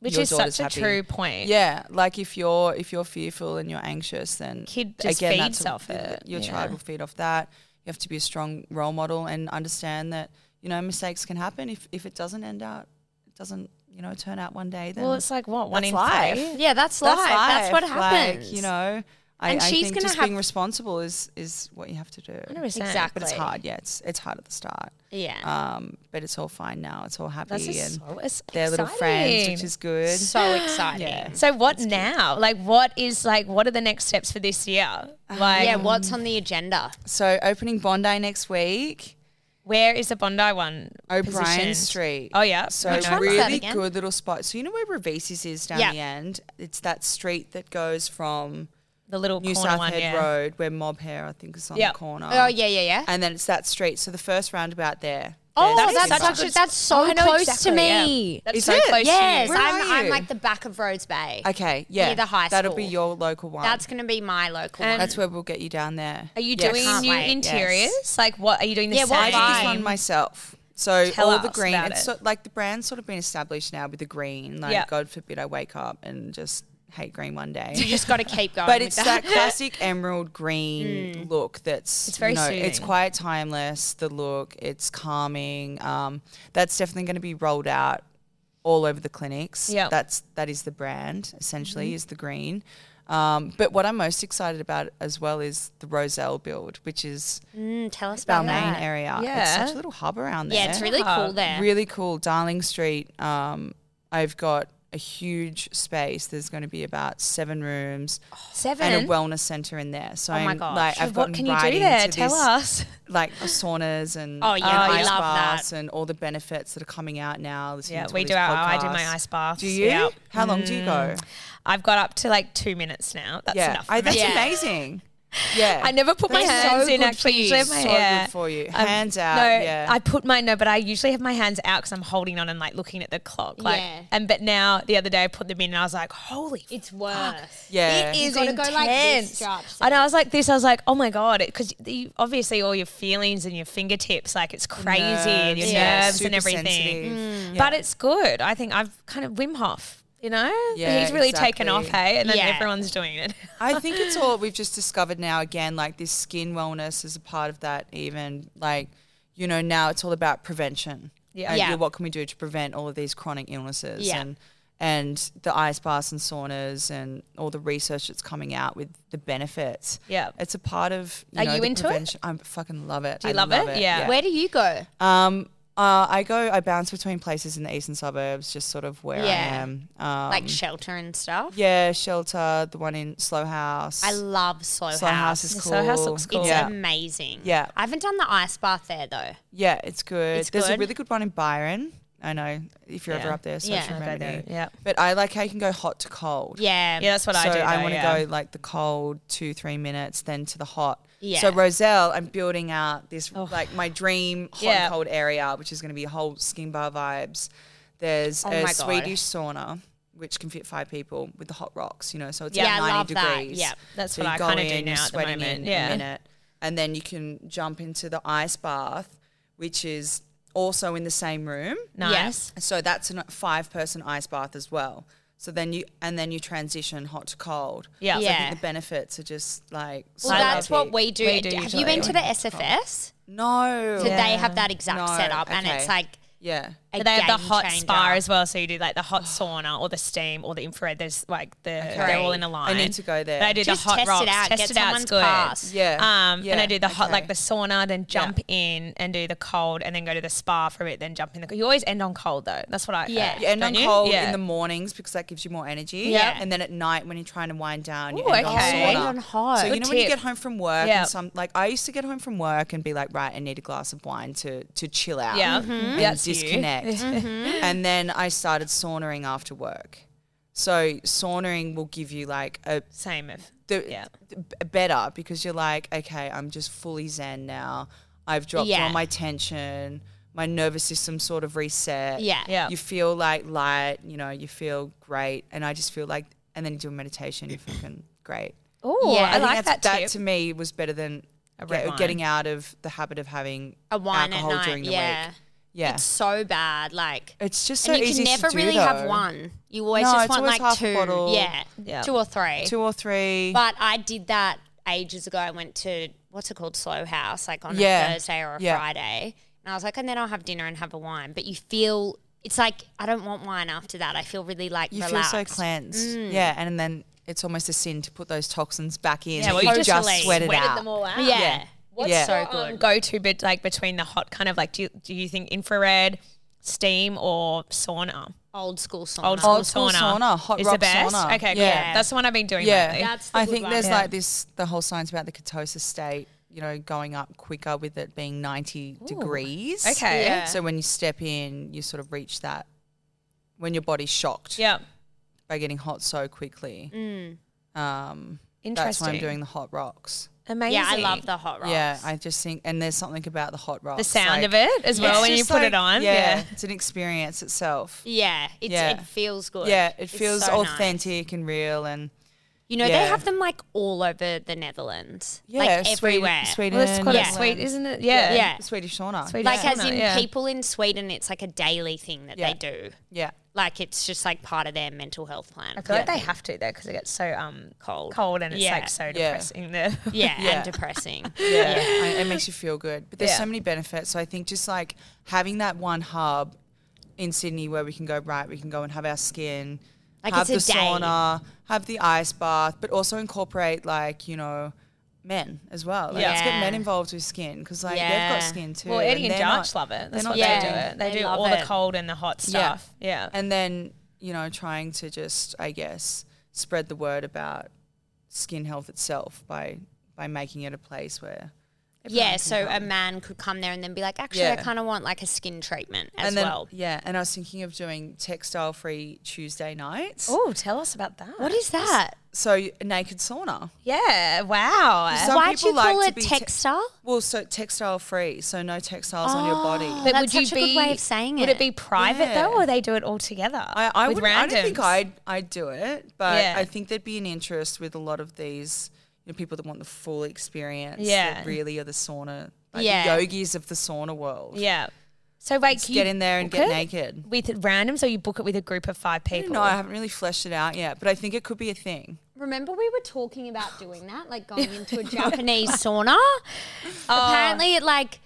Speaker 3: which
Speaker 2: your
Speaker 3: is
Speaker 2: daughter's
Speaker 3: such
Speaker 2: happy.
Speaker 3: a true point.
Speaker 2: yeah like if you're if you're fearful and you're anxious then
Speaker 3: Kid just
Speaker 2: again
Speaker 3: feeds
Speaker 2: that's a-
Speaker 3: off it,
Speaker 2: your
Speaker 3: yeah.
Speaker 2: child will feed off that you have to be a strong role model and understand that you know mistakes can happen if if it doesn't end out it doesn't you know turn out one day then
Speaker 3: Well, it's like what one
Speaker 2: that's
Speaker 3: in
Speaker 2: life.
Speaker 3: three.
Speaker 4: Yeah, that's life. That's, what happens.
Speaker 2: Like, you know, I,
Speaker 4: And
Speaker 2: I
Speaker 4: she's
Speaker 2: think
Speaker 4: gonna
Speaker 2: just
Speaker 4: have-
Speaker 2: being responsible is is what you have to do.
Speaker 3: 100%.
Speaker 4: Exactly.
Speaker 2: But it's hard. Yeah, it's it's hard at the start.
Speaker 4: Yeah.
Speaker 2: Um, but it's all fine now. It's all happy
Speaker 3: That's
Speaker 2: and
Speaker 3: just so it's
Speaker 2: they're little friends, which
Speaker 3: exciting.
Speaker 2: is good.
Speaker 4: so exciting.
Speaker 2: Yeah.
Speaker 3: So what now? Like, what is like? What are the next steps for this
Speaker 2: Uh,
Speaker 3: year? Like,
Speaker 4: Yeah,
Speaker 2: Um,
Speaker 4: what's on the agenda?
Speaker 2: So opening Bondi next week,
Speaker 3: where is the Bondi one?
Speaker 2: O'Brien
Speaker 3: positioned?
Speaker 2: Street.
Speaker 3: Oh yeah.
Speaker 2: So
Speaker 3: I know.
Speaker 4: one's that
Speaker 2: really
Speaker 4: again?
Speaker 2: good little spot. So you know where Ravisi's is down
Speaker 4: Yeah.
Speaker 2: the end. It's that street that goes from
Speaker 3: the little
Speaker 2: New
Speaker 3: corner
Speaker 2: South
Speaker 3: one.
Speaker 2: Head
Speaker 3: Yeah.
Speaker 2: Road, where Mob Hair I think is on
Speaker 3: Yeah.
Speaker 2: the corner.
Speaker 4: Oh yeah, yeah, yeah.
Speaker 2: and then it's that street. So the first roundabout there.
Speaker 4: Oh,
Speaker 2: There's
Speaker 4: that's,
Speaker 2: King
Speaker 3: such a
Speaker 4: such
Speaker 2: Park.
Speaker 3: good
Speaker 4: a, Oh, that's so
Speaker 3: I know
Speaker 4: close
Speaker 3: exactly,
Speaker 4: to
Speaker 3: yeah.
Speaker 4: me.
Speaker 3: That's
Speaker 2: Is
Speaker 3: so
Speaker 2: it?
Speaker 3: close.
Speaker 4: Yes,
Speaker 3: To you.
Speaker 2: Where
Speaker 4: I'm,
Speaker 2: are
Speaker 4: I'm
Speaker 2: you?
Speaker 4: like the back of Rhodes Bay.
Speaker 2: Okay, yeah,
Speaker 4: Near the high
Speaker 2: That'll be
Speaker 4: school.
Speaker 2: your local one.
Speaker 4: That's going to be my local one.
Speaker 2: that's where we'll get you down there.
Speaker 3: Are you
Speaker 2: Yes.
Speaker 3: doing
Speaker 4: Can't
Speaker 3: new
Speaker 4: wait,
Speaker 3: interiors? Like, what are you doing? The
Speaker 4: Yeah, what
Speaker 3: same?
Speaker 2: I did this
Speaker 4: Fine.
Speaker 2: one myself. So
Speaker 3: Tell
Speaker 2: all the
Speaker 3: us
Speaker 2: green,
Speaker 3: about
Speaker 2: it's
Speaker 3: it.
Speaker 2: so, like the brand's sort of been established now with the green. Like
Speaker 3: Yeah.
Speaker 2: God forbid I wake up and just hate green one
Speaker 4: you
Speaker 2: day.
Speaker 4: just got to keep going.
Speaker 2: But
Speaker 4: with
Speaker 2: it's
Speaker 4: that. Hmm.
Speaker 2: that classic emerald green look that's
Speaker 3: It's very
Speaker 2: you know, it's
Speaker 3: soothing.
Speaker 2: quite timeless, the look, it's calming. Um, that's definitely gonna be rolled out all over the clinics.
Speaker 3: Yeah.
Speaker 2: That's that is the brand, essentially,
Speaker 4: Mm-hmm.
Speaker 2: is the green. Um, but what I'm most excited about as well is the Roselle build, which is
Speaker 4: Mm, tell us about
Speaker 2: Balmain
Speaker 4: that.
Speaker 2: area. It's
Speaker 3: Yeah.
Speaker 2: such a little hub around there.
Speaker 4: Yeah, it's really cool there.
Speaker 2: Really cool. Darling Street. Um, I've got a huge space. There's going to be about seven rooms
Speaker 3: Seven.
Speaker 2: and a wellness center in there. So
Speaker 4: my
Speaker 2: I'm
Speaker 4: gosh.
Speaker 2: like,
Speaker 3: So
Speaker 2: I've
Speaker 3: Oh what
Speaker 2: gotten
Speaker 3: can you
Speaker 2: right
Speaker 3: do there?
Speaker 2: into
Speaker 3: Tell
Speaker 2: this,
Speaker 3: us.
Speaker 2: Like saunas and
Speaker 4: Oh, yeah,
Speaker 2: and
Speaker 4: we
Speaker 2: ice
Speaker 4: love that.
Speaker 2: baths and all the benefits that are coming out now. listening
Speaker 3: Yeah,
Speaker 2: to all
Speaker 3: we do
Speaker 2: these
Speaker 3: our. I do my
Speaker 2: podcasts.
Speaker 3: ice baths.
Speaker 2: Do you?
Speaker 3: Yeah.
Speaker 2: How long do you go?
Speaker 3: I've got up to like two minutes now. That's
Speaker 2: Yeah,
Speaker 3: enough. for
Speaker 2: I,
Speaker 3: me.
Speaker 2: that's
Speaker 4: Yeah.
Speaker 2: amazing. Yeah,
Speaker 3: I never put my
Speaker 2: That's so
Speaker 3: hands in
Speaker 2: good
Speaker 3: actually.
Speaker 2: for you.
Speaker 3: Usually have my
Speaker 2: So good
Speaker 3: yeah.
Speaker 2: for you.
Speaker 3: Um,
Speaker 2: Hands out,
Speaker 3: No,
Speaker 2: yeah.
Speaker 3: I put my no, but I usually have my hands out because I'm holding on and like looking at the clock. Like,
Speaker 4: Yeah.
Speaker 3: And but now the other day I put them in and I was like, holy. It
Speaker 4: It's worse.
Speaker 2: Yeah.
Speaker 4: It is
Speaker 3: gotta
Speaker 4: intense.
Speaker 3: go like this, and I was like this. I was like, oh my god, because obviously all your feelings and your fingertips, like it's crazy, and your
Speaker 2: Nerves, yeah.
Speaker 3: nerves and
Speaker 2: Super
Speaker 3: everything. Mm.
Speaker 2: sensitive.
Speaker 3: But it's good. I think I've kind of Wim Hof, you know,
Speaker 2: Yeah,
Speaker 3: he's really taken off,
Speaker 2: exactly.
Speaker 3: hey, and then
Speaker 4: Yeah.
Speaker 3: everyone's doing it.
Speaker 2: I think it's all we've just discovered now again, like this skin wellness is a part of that even. Like, you know, now it's all about prevention.
Speaker 3: Yeah.
Speaker 2: Like,
Speaker 4: Yeah.
Speaker 2: What can we do to prevent all of these chronic illnesses?
Speaker 4: Yeah.
Speaker 2: And and the ice baths and saunas and all the research that's coming out with the benefits.
Speaker 3: Yeah.
Speaker 2: It's a part of. You
Speaker 3: Are
Speaker 2: know,
Speaker 3: you
Speaker 2: the
Speaker 3: into it?
Speaker 2: prevention- I fucking love it. Do
Speaker 3: you love it? Yeah.
Speaker 4: Where do you go?
Speaker 2: Um, uh, I go, I bounce between places in the eastern suburbs, just sort of where I
Speaker 4: Yeah.
Speaker 2: am. Um,
Speaker 4: like shelter and stuff.
Speaker 2: yeah, shelter, the one in Slow House.
Speaker 4: I love Slow,
Speaker 2: Slow House
Speaker 4: House.
Speaker 2: is
Speaker 3: Yeah,
Speaker 2: cool.
Speaker 3: Slow House looks cool.
Speaker 4: It's
Speaker 2: Yeah,
Speaker 4: amazing.
Speaker 2: Yeah.
Speaker 4: I haven't done the ice bath there though.
Speaker 2: yeah, it's good.
Speaker 4: It's
Speaker 2: There's a
Speaker 4: good.
Speaker 2: really good one in Byron. I know if you're ever
Speaker 3: Yeah.
Speaker 2: up there, so
Speaker 4: Yeah.
Speaker 2: yeah.
Speaker 4: I'll go
Speaker 2: remember
Speaker 3: there.
Speaker 2: me.
Speaker 3: Yeah.
Speaker 2: But I like how you can go hot to cold.
Speaker 4: Yeah.
Speaker 3: Yeah, that's what I
Speaker 2: so
Speaker 3: do.
Speaker 2: I
Speaker 3: though,
Speaker 2: want to
Speaker 3: yeah.
Speaker 2: go like the cold two, three minutes, then to the hot. So
Speaker 4: Yeah.
Speaker 2: Roselle, I'm building out this like my dream hot
Speaker 3: Oh. Yeah.
Speaker 2: and cold area, which is going to be a whole skin bar vibes. There's
Speaker 4: Oh
Speaker 2: a
Speaker 4: my God.
Speaker 2: Swedish sauna which can fit five people with the hot rocks. You know, so it's
Speaker 4: Yeah,
Speaker 2: like
Speaker 4: I
Speaker 2: 90
Speaker 4: love that.
Speaker 2: degrees.
Speaker 4: Yeah,
Speaker 3: that's
Speaker 2: so
Speaker 3: what
Speaker 2: you
Speaker 3: I
Speaker 2: go
Speaker 3: kinda do
Speaker 2: in, you're
Speaker 3: now at the
Speaker 2: sweating
Speaker 3: moment,
Speaker 2: In
Speaker 3: yeah.
Speaker 2: a minute, and then you can jump into the ice bath, which is also in the same room.
Speaker 3: Nice.
Speaker 2: So that's a five person ice bath as well. So then you and then you transition hot to cold.
Speaker 3: Yeah.
Speaker 2: So I think
Speaker 4: Yeah.
Speaker 2: the benefits are just like
Speaker 4: Well,
Speaker 2: so
Speaker 4: that's what
Speaker 2: epic.
Speaker 4: we do.
Speaker 3: We do
Speaker 4: Have
Speaker 3: usually.
Speaker 4: you been to the SFS?
Speaker 2: No.
Speaker 4: So they have that
Speaker 2: No,
Speaker 4: exact setup, and
Speaker 2: okay.
Speaker 4: it's like
Speaker 2: Yeah.
Speaker 4: a
Speaker 3: But they have the
Speaker 4: game
Speaker 3: hot
Speaker 4: changer.
Speaker 3: spa as well, so you do like the hot sauna or the steam or the infrared. There's like the they're all in a
Speaker 2: I
Speaker 3: line.
Speaker 2: need to go there.
Speaker 3: But I do
Speaker 4: Just
Speaker 3: the hot
Speaker 4: test it
Speaker 3: rocks.
Speaker 4: out,
Speaker 3: Test
Speaker 4: get
Speaker 3: it out. It's
Speaker 4: someone's
Speaker 3: good.
Speaker 4: pass.
Speaker 2: Yeah.
Speaker 3: Um,
Speaker 2: yeah.
Speaker 3: And I do the hot, like
Speaker 2: okay.
Speaker 3: the sauna, then jump in and do the cold, and then go to the spa for a bit, then jump in the. cold. You always end on cold though. That's what I.
Speaker 4: Yeah.
Speaker 2: You end
Speaker 3: don't
Speaker 2: on
Speaker 3: you?
Speaker 2: cold
Speaker 3: Yeah.
Speaker 2: in the mornings because that gives you more energy.
Speaker 4: Yeah.
Speaker 2: And then at night when you're trying to wind down, you
Speaker 3: Ooh,
Speaker 2: end
Speaker 3: okay.
Speaker 2: on
Speaker 3: End
Speaker 2: sauna.
Speaker 4: on hot.
Speaker 2: So you
Speaker 3: Good
Speaker 2: know when you
Speaker 3: tip.
Speaker 2: get home from work
Speaker 3: Yeah.
Speaker 2: and some like I used to get home from work and be like, right, I need a glass of wine to to chill out
Speaker 3: Yeah.
Speaker 2: and
Speaker 3: That's you.
Speaker 2: Mm-hmm. disconnect.
Speaker 4: Mm-hmm.
Speaker 2: And then I started saunering after work. So saunering will give you like a
Speaker 3: Same. If,
Speaker 2: the,
Speaker 3: Yeah.
Speaker 2: th- b- better because you're like, okay, I'm just fully zen now. I've dropped
Speaker 4: Yeah.
Speaker 2: all my tension. My nervous system sort of reset.
Speaker 4: Yeah.
Speaker 3: Yeah.
Speaker 2: You feel like light, you know, you feel great. And I just feel like, and then you do a meditation, you're fucking great.
Speaker 3: oh,
Speaker 4: Yeah.
Speaker 3: I,
Speaker 4: I
Speaker 2: think
Speaker 3: like that,
Speaker 2: that's-
Speaker 3: tip.
Speaker 2: to me was better than
Speaker 3: red
Speaker 2: get-
Speaker 3: wine.
Speaker 2: getting out of the habit of having
Speaker 4: a wine at
Speaker 2: alcohol
Speaker 4: night.
Speaker 2: during the
Speaker 4: yeah.
Speaker 2: week.
Speaker 4: It's
Speaker 2: Yeah. It's,
Speaker 4: so bad. Like,
Speaker 2: just so
Speaker 4: and you
Speaker 2: easy
Speaker 4: can never
Speaker 2: to do,
Speaker 4: really
Speaker 2: though.
Speaker 4: have one. You always
Speaker 2: No,
Speaker 4: just
Speaker 2: it's
Speaker 4: want like
Speaker 2: always half a
Speaker 4: two.
Speaker 2: bottle.
Speaker 4: Yeah.
Speaker 3: Yeah.
Speaker 4: Two or three.
Speaker 2: Two or three.
Speaker 4: But I did that ages ago. I went to what's it called, Slow House, like on
Speaker 2: Yeah.
Speaker 4: a Thursday or a
Speaker 2: Yeah.
Speaker 4: Friday, and I was like, and then I'll have dinner and have a wine. But you feel it's like I don't want wine after that. I feel really like
Speaker 2: you
Speaker 4: relaxed.
Speaker 2: feel so cleansed. Yeah, and then it's almost a sin to put those toxins back in. Yeah,
Speaker 3: well,
Speaker 2: you
Speaker 3: you
Speaker 2: just,
Speaker 4: totally
Speaker 2: sweat it
Speaker 3: Sweated
Speaker 2: out.
Speaker 3: them all out.
Speaker 4: Yeah.
Speaker 3: What's
Speaker 2: Yeah.
Speaker 3: your
Speaker 4: so good.
Speaker 3: um, go-to bit like between the hot kind of like do you, do you think infrared, steam, or sauna?
Speaker 4: Old school sauna.
Speaker 3: Old school,
Speaker 2: Old school sauna, hot
Speaker 3: is
Speaker 2: rock
Speaker 3: the best.
Speaker 2: sauna.
Speaker 3: Okay, cool.
Speaker 2: Yeah.
Speaker 3: That's the one I've been doing
Speaker 2: Yeah,
Speaker 3: lately.
Speaker 4: That's the
Speaker 2: I
Speaker 4: good
Speaker 2: think
Speaker 4: one.
Speaker 2: there's
Speaker 3: Yeah.
Speaker 2: like this the whole science about the ketosis state. You know, going up quicker with it being 90 degrees.
Speaker 3: Okay.
Speaker 4: Yeah.
Speaker 2: So when you step in, you sort of reach that when your body's shocked
Speaker 3: Yeah.
Speaker 2: by getting hot so quickly. Um, That's why
Speaker 3: Interesting.
Speaker 2: I'm doing the hot rocks.
Speaker 3: Amazing.
Speaker 4: Yeah, I love the hot rocks.
Speaker 2: Yeah, I just think, and there's something about the hot rocks.
Speaker 3: the sound
Speaker 2: like-
Speaker 3: of it as well
Speaker 2: It's
Speaker 3: when you
Speaker 2: just
Speaker 3: put
Speaker 2: like-
Speaker 3: it on.
Speaker 2: Yeah, it's an experience itself.
Speaker 4: Yeah, it's,
Speaker 2: Yeah.
Speaker 4: it feels good.
Speaker 2: Yeah, it
Speaker 4: It's
Speaker 2: feels
Speaker 4: so nice.
Speaker 2: authentic and real, and
Speaker 4: You know,
Speaker 2: Yeah.
Speaker 4: they have them like all over the Netherlands.
Speaker 2: yeah,
Speaker 4: like
Speaker 2: Sweden-
Speaker 4: everywhere.
Speaker 2: Sweden,
Speaker 3: Well, it's quite
Speaker 4: Yeah.
Speaker 3: a sweet, isn't it? Yeah.
Speaker 4: Yeah.
Speaker 2: the Swedish sauna.
Speaker 3: Swedish
Speaker 4: Like as
Speaker 3: sauna,
Speaker 4: in
Speaker 3: yeah.
Speaker 4: people in Sweden, it's like a daily thing that
Speaker 2: Yeah.
Speaker 4: they do.
Speaker 2: Yeah,
Speaker 4: Like it's just like part of their mental health plan.
Speaker 3: I feel like they have to there because it gets so um cold, cold, and it's
Speaker 4: Yeah.
Speaker 3: like so depressing there.
Speaker 4: Yeah,
Speaker 2: Yeah.
Speaker 4: and depressing.
Speaker 2: yeah, I- it makes you feel good. But there's
Speaker 3: Yeah.
Speaker 2: so many benefits. So I think just like having that one hub in Sydney where we can go right, we can go and have our skin,
Speaker 4: Like,
Speaker 2: have
Speaker 4: it's
Speaker 2: the
Speaker 4: a day.
Speaker 2: sauna, have the ice bath, but also incorporate like you know. Men as well. Like, Let's get
Speaker 4: Yeah.
Speaker 2: men involved with skin because like they've
Speaker 4: Yeah.
Speaker 2: got skin too.
Speaker 3: Well, Eddie and
Speaker 2: they're not-
Speaker 3: Josh love it. That's
Speaker 2: they're
Speaker 3: what
Speaker 2: not
Speaker 3: they
Speaker 2: doing-
Speaker 3: do. It. They,
Speaker 4: they
Speaker 3: do
Speaker 4: love
Speaker 3: all the
Speaker 4: it.
Speaker 3: cold and the hot stuff. Yeah.
Speaker 2: and then you know trying to just i guess spread the word about skin health itself by by making it a place where
Speaker 4: yeah, so a man could come there and then be like, actually, I
Speaker 2: Yeah.
Speaker 4: kind of want like a skin treatment as
Speaker 2: and then
Speaker 4: well.
Speaker 2: yeah and i was thinking of doing textile free tuesday nights
Speaker 3: oh, tell us about that.
Speaker 4: What is that?
Speaker 2: so a naked sauna
Speaker 3: Yeah. Wow.
Speaker 2: Some
Speaker 4: Why'd
Speaker 2: people
Speaker 4: you call
Speaker 2: like to
Speaker 4: it
Speaker 2: be te-
Speaker 4: textile?
Speaker 2: well so textile free so no textiles on your body
Speaker 3: But
Speaker 4: That's
Speaker 3: would you
Speaker 4: such a
Speaker 3: be
Speaker 4: good way of saying
Speaker 3: Would it
Speaker 4: it.
Speaker 3: be private
Speaker 2: Yeah.
Speaker 3: though, or they do it all together?
Speaker 2: I, I,
Speaker 3: with
Speaker 2: wouldn't- I don't think
Speaker 3: randoms?
Speaker 2: I'd, I'd do it, but
Speaker 3: Yeah.
Speaker 2: I think there'd be an interest with a lot of these you know, people that want the full experience.
Speaker 3: Yeah.
Speaker 2: That really are the sauna, like
Speaker 4: Yeah.
Speaker 2: the yogis of the sauna world.
Speaker 3: Yeah. So like,
Speaker 2: Just
Speaker 3: you
Speaker 2: get in there and
Speaker 3: book
Speaker 2: get
Speaker 3: it
Speaker 2: naked.
Speaker 3: with randoms, or you book it with a group of five
Speaker 2: No,
Speaker 3: people.
Speaker 2: I haven't really fleshed it out yet, but I think it could be a thing.
Speaker 4: Remember, we were talking about doing that, like going into a Japanese sauna.
Speaker 2: Oh.
Speaker 4: Apparently, it like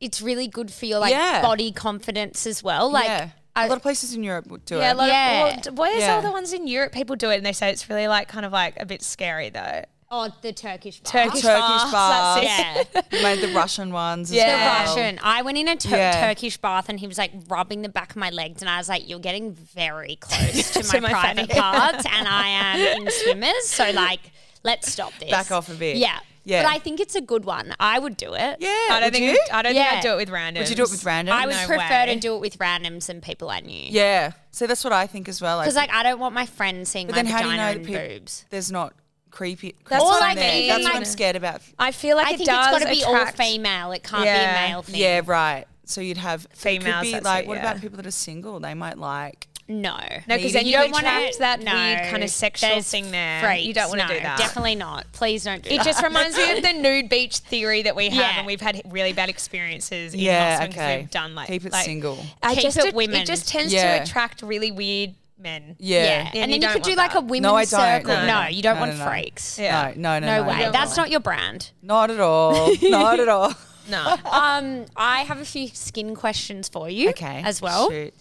Speaker 4: it's really good for your like
Speaker 2: Yeah.
Speaker 4: body confidence as well. Like
Speaker 2: Yeah. a lot of places in Europe would do
Speaker 3: Yeah, a
Speaker 2: it.
Speaker 3: lot
Speaker 4: Yeah.
Speaker 3: of well, where's
Speaker 2: Yeah.
Speaker 3: all the ones in Europe people do it and they say it's really like kind of like a bit scary though.
Speaker 4: Oh, the Turkish bar.
Speaker 3: Turkish,
Speaker 2: Turkish
Speaker 3: baths, that's
Speaker 2: baths.
Speaker 3: it.
Speaker 4: Yeah.
Speaker 2: You made the Russian ones. as
Speaker 4: The
Speaker 3: Yeah.
Speaker 2: well.
Speaker 4: Russian. I went in a tur-
Speaker 2: Yeah.
Speaker 4: Turkish bath and he was like rubbing the back of my legs, and I was like, "You're getting very close to my,
Speaker 3: my
Speaker 4: private
Speaker 3: fanny.
Speaker 4: parts, and I am in swimmers, so like, let's stop this.
Speaker 2: Back off a bit.
Speaker 4: Yeah,
Speaker 2: Yeah.
Speaker 4: But I think it's a good one. I would do it.
Speaker 2: Yeah.
Speaker 3: I don't
Speaker 2: would
Speaker 3: think
Speaker 2: you?
Speaker 3: I don't think
Speaker 4: Yeah.
Speaker 3: I'd do it with randoms.
Speaker 2: Would you do it with random?
Speaker 4: I would
Speaker 3: No
Speaker 4: prefer
Speaker 3: way.
Speaker 4: to do it with randoms and people I knew.
Speaker 2: Yeah. So that's what I think as well.
Speaker 4: Because like I don't want my friends seeing
Speaker 2: but
Speaker 4: my
Speaker 2: then how do you
Speaker 4: vagina
Speaker 2: know
Speaker 4: and
Speaker 2: that people,
Speaker 4: boobs.
Speaker 2: there's not creepy?
Speaker 3: That's
Speaker 2: creeps
Speaker 3: what
Speaker 2: in
Speaker 3: I
Speaker 2: there.
Speaker 3: mean.
Speaker 2: That's what
Speaker 3: Like-
Speaker 2: I'm scared about.
Speaker 3: I feel like
Speaker 4: I
Speaker 3: it
Speaker 4: think it's
Speaker 3: does
Speaker 4: got to be all
Speaker 3: attract-
Speaker 4: female. It can't
Speaker 3: Yeah.
Speaker 4: be a male thing.
Speaker 2: Yeah, right. So you'd have so it could
Speaker 3: Females,
Speaker 2: be
Speaker 3: that's
Speaker 2: like,
Speaker 3: it,
Speaker 2: what
Speaker 3: yeah.
Speaker 2: about people that are single? They might like.
Speaker 4: No.
Speaker 3: No, because then you, don't want to that weird kind of sexual
Speaker 4: There's
Speaker 3: thing there. you
Speaker 4: freaks.
Speaker 3: don't want to
Speaker 4: No,
Speaker 3: do that.
Speaker 4: Definitely not. Please don't do
Speaker 3: It
Speaker 4: that.
Speaker 3: just reminds me of the nude beach theory that we have,
Speaker 4: Yeah.
Speaker 3: and we've had really bad experiences in
Speaker 2: Yeah,
Speaker 3: Boston 'cause
Speaker 2: okay.
Speaker 3: we've done like
Speaker 2: Keep it
Speaker 3: like-
Speaker 2: single.
Speaker 3: I
Speaker 4: Keep
Speaker 3: just
Speaker 4: it
Speaker 3: it,
Speaker 4: women.
Speaker 3: just tends
Speaker 2: Yeah.
Speaker 3: to attract really weird men.
Speaker 2: Yeah.
Speaker 4: And,
Speaker 3: you
Speaker 4: then you,
Speaker 3: don't
Speaker 4: could do
Speaker 3: want
Speaker 4: like
Speaker 3: that.
Speaker 4: a women's
Speaker 2: No, I don't.
Speaker 4: circle.
Speaker 2: No,
Speaker 4: No,
Speaker 2: no,
Speaker 4: you don't
Speaker 2: no,
Speaker 4: want
Speaker 2: no, no.
Speaker 4: freaks.
Speaker 3: Yeah.
Speaker 2: No, no, no,
Speaker 4: No
Speaker 2: no,
Speaker 4: way.
Speaker 2: no.
Speaker 4: That's not your brand.
Speaker 2: Not at all. not at all.
Speaker 3: No.
Speaker 4: Um, I have a few skin questions for you.
Speaker 2: Okay.
Speaker 4: As well.
Speaker 2: Shoot.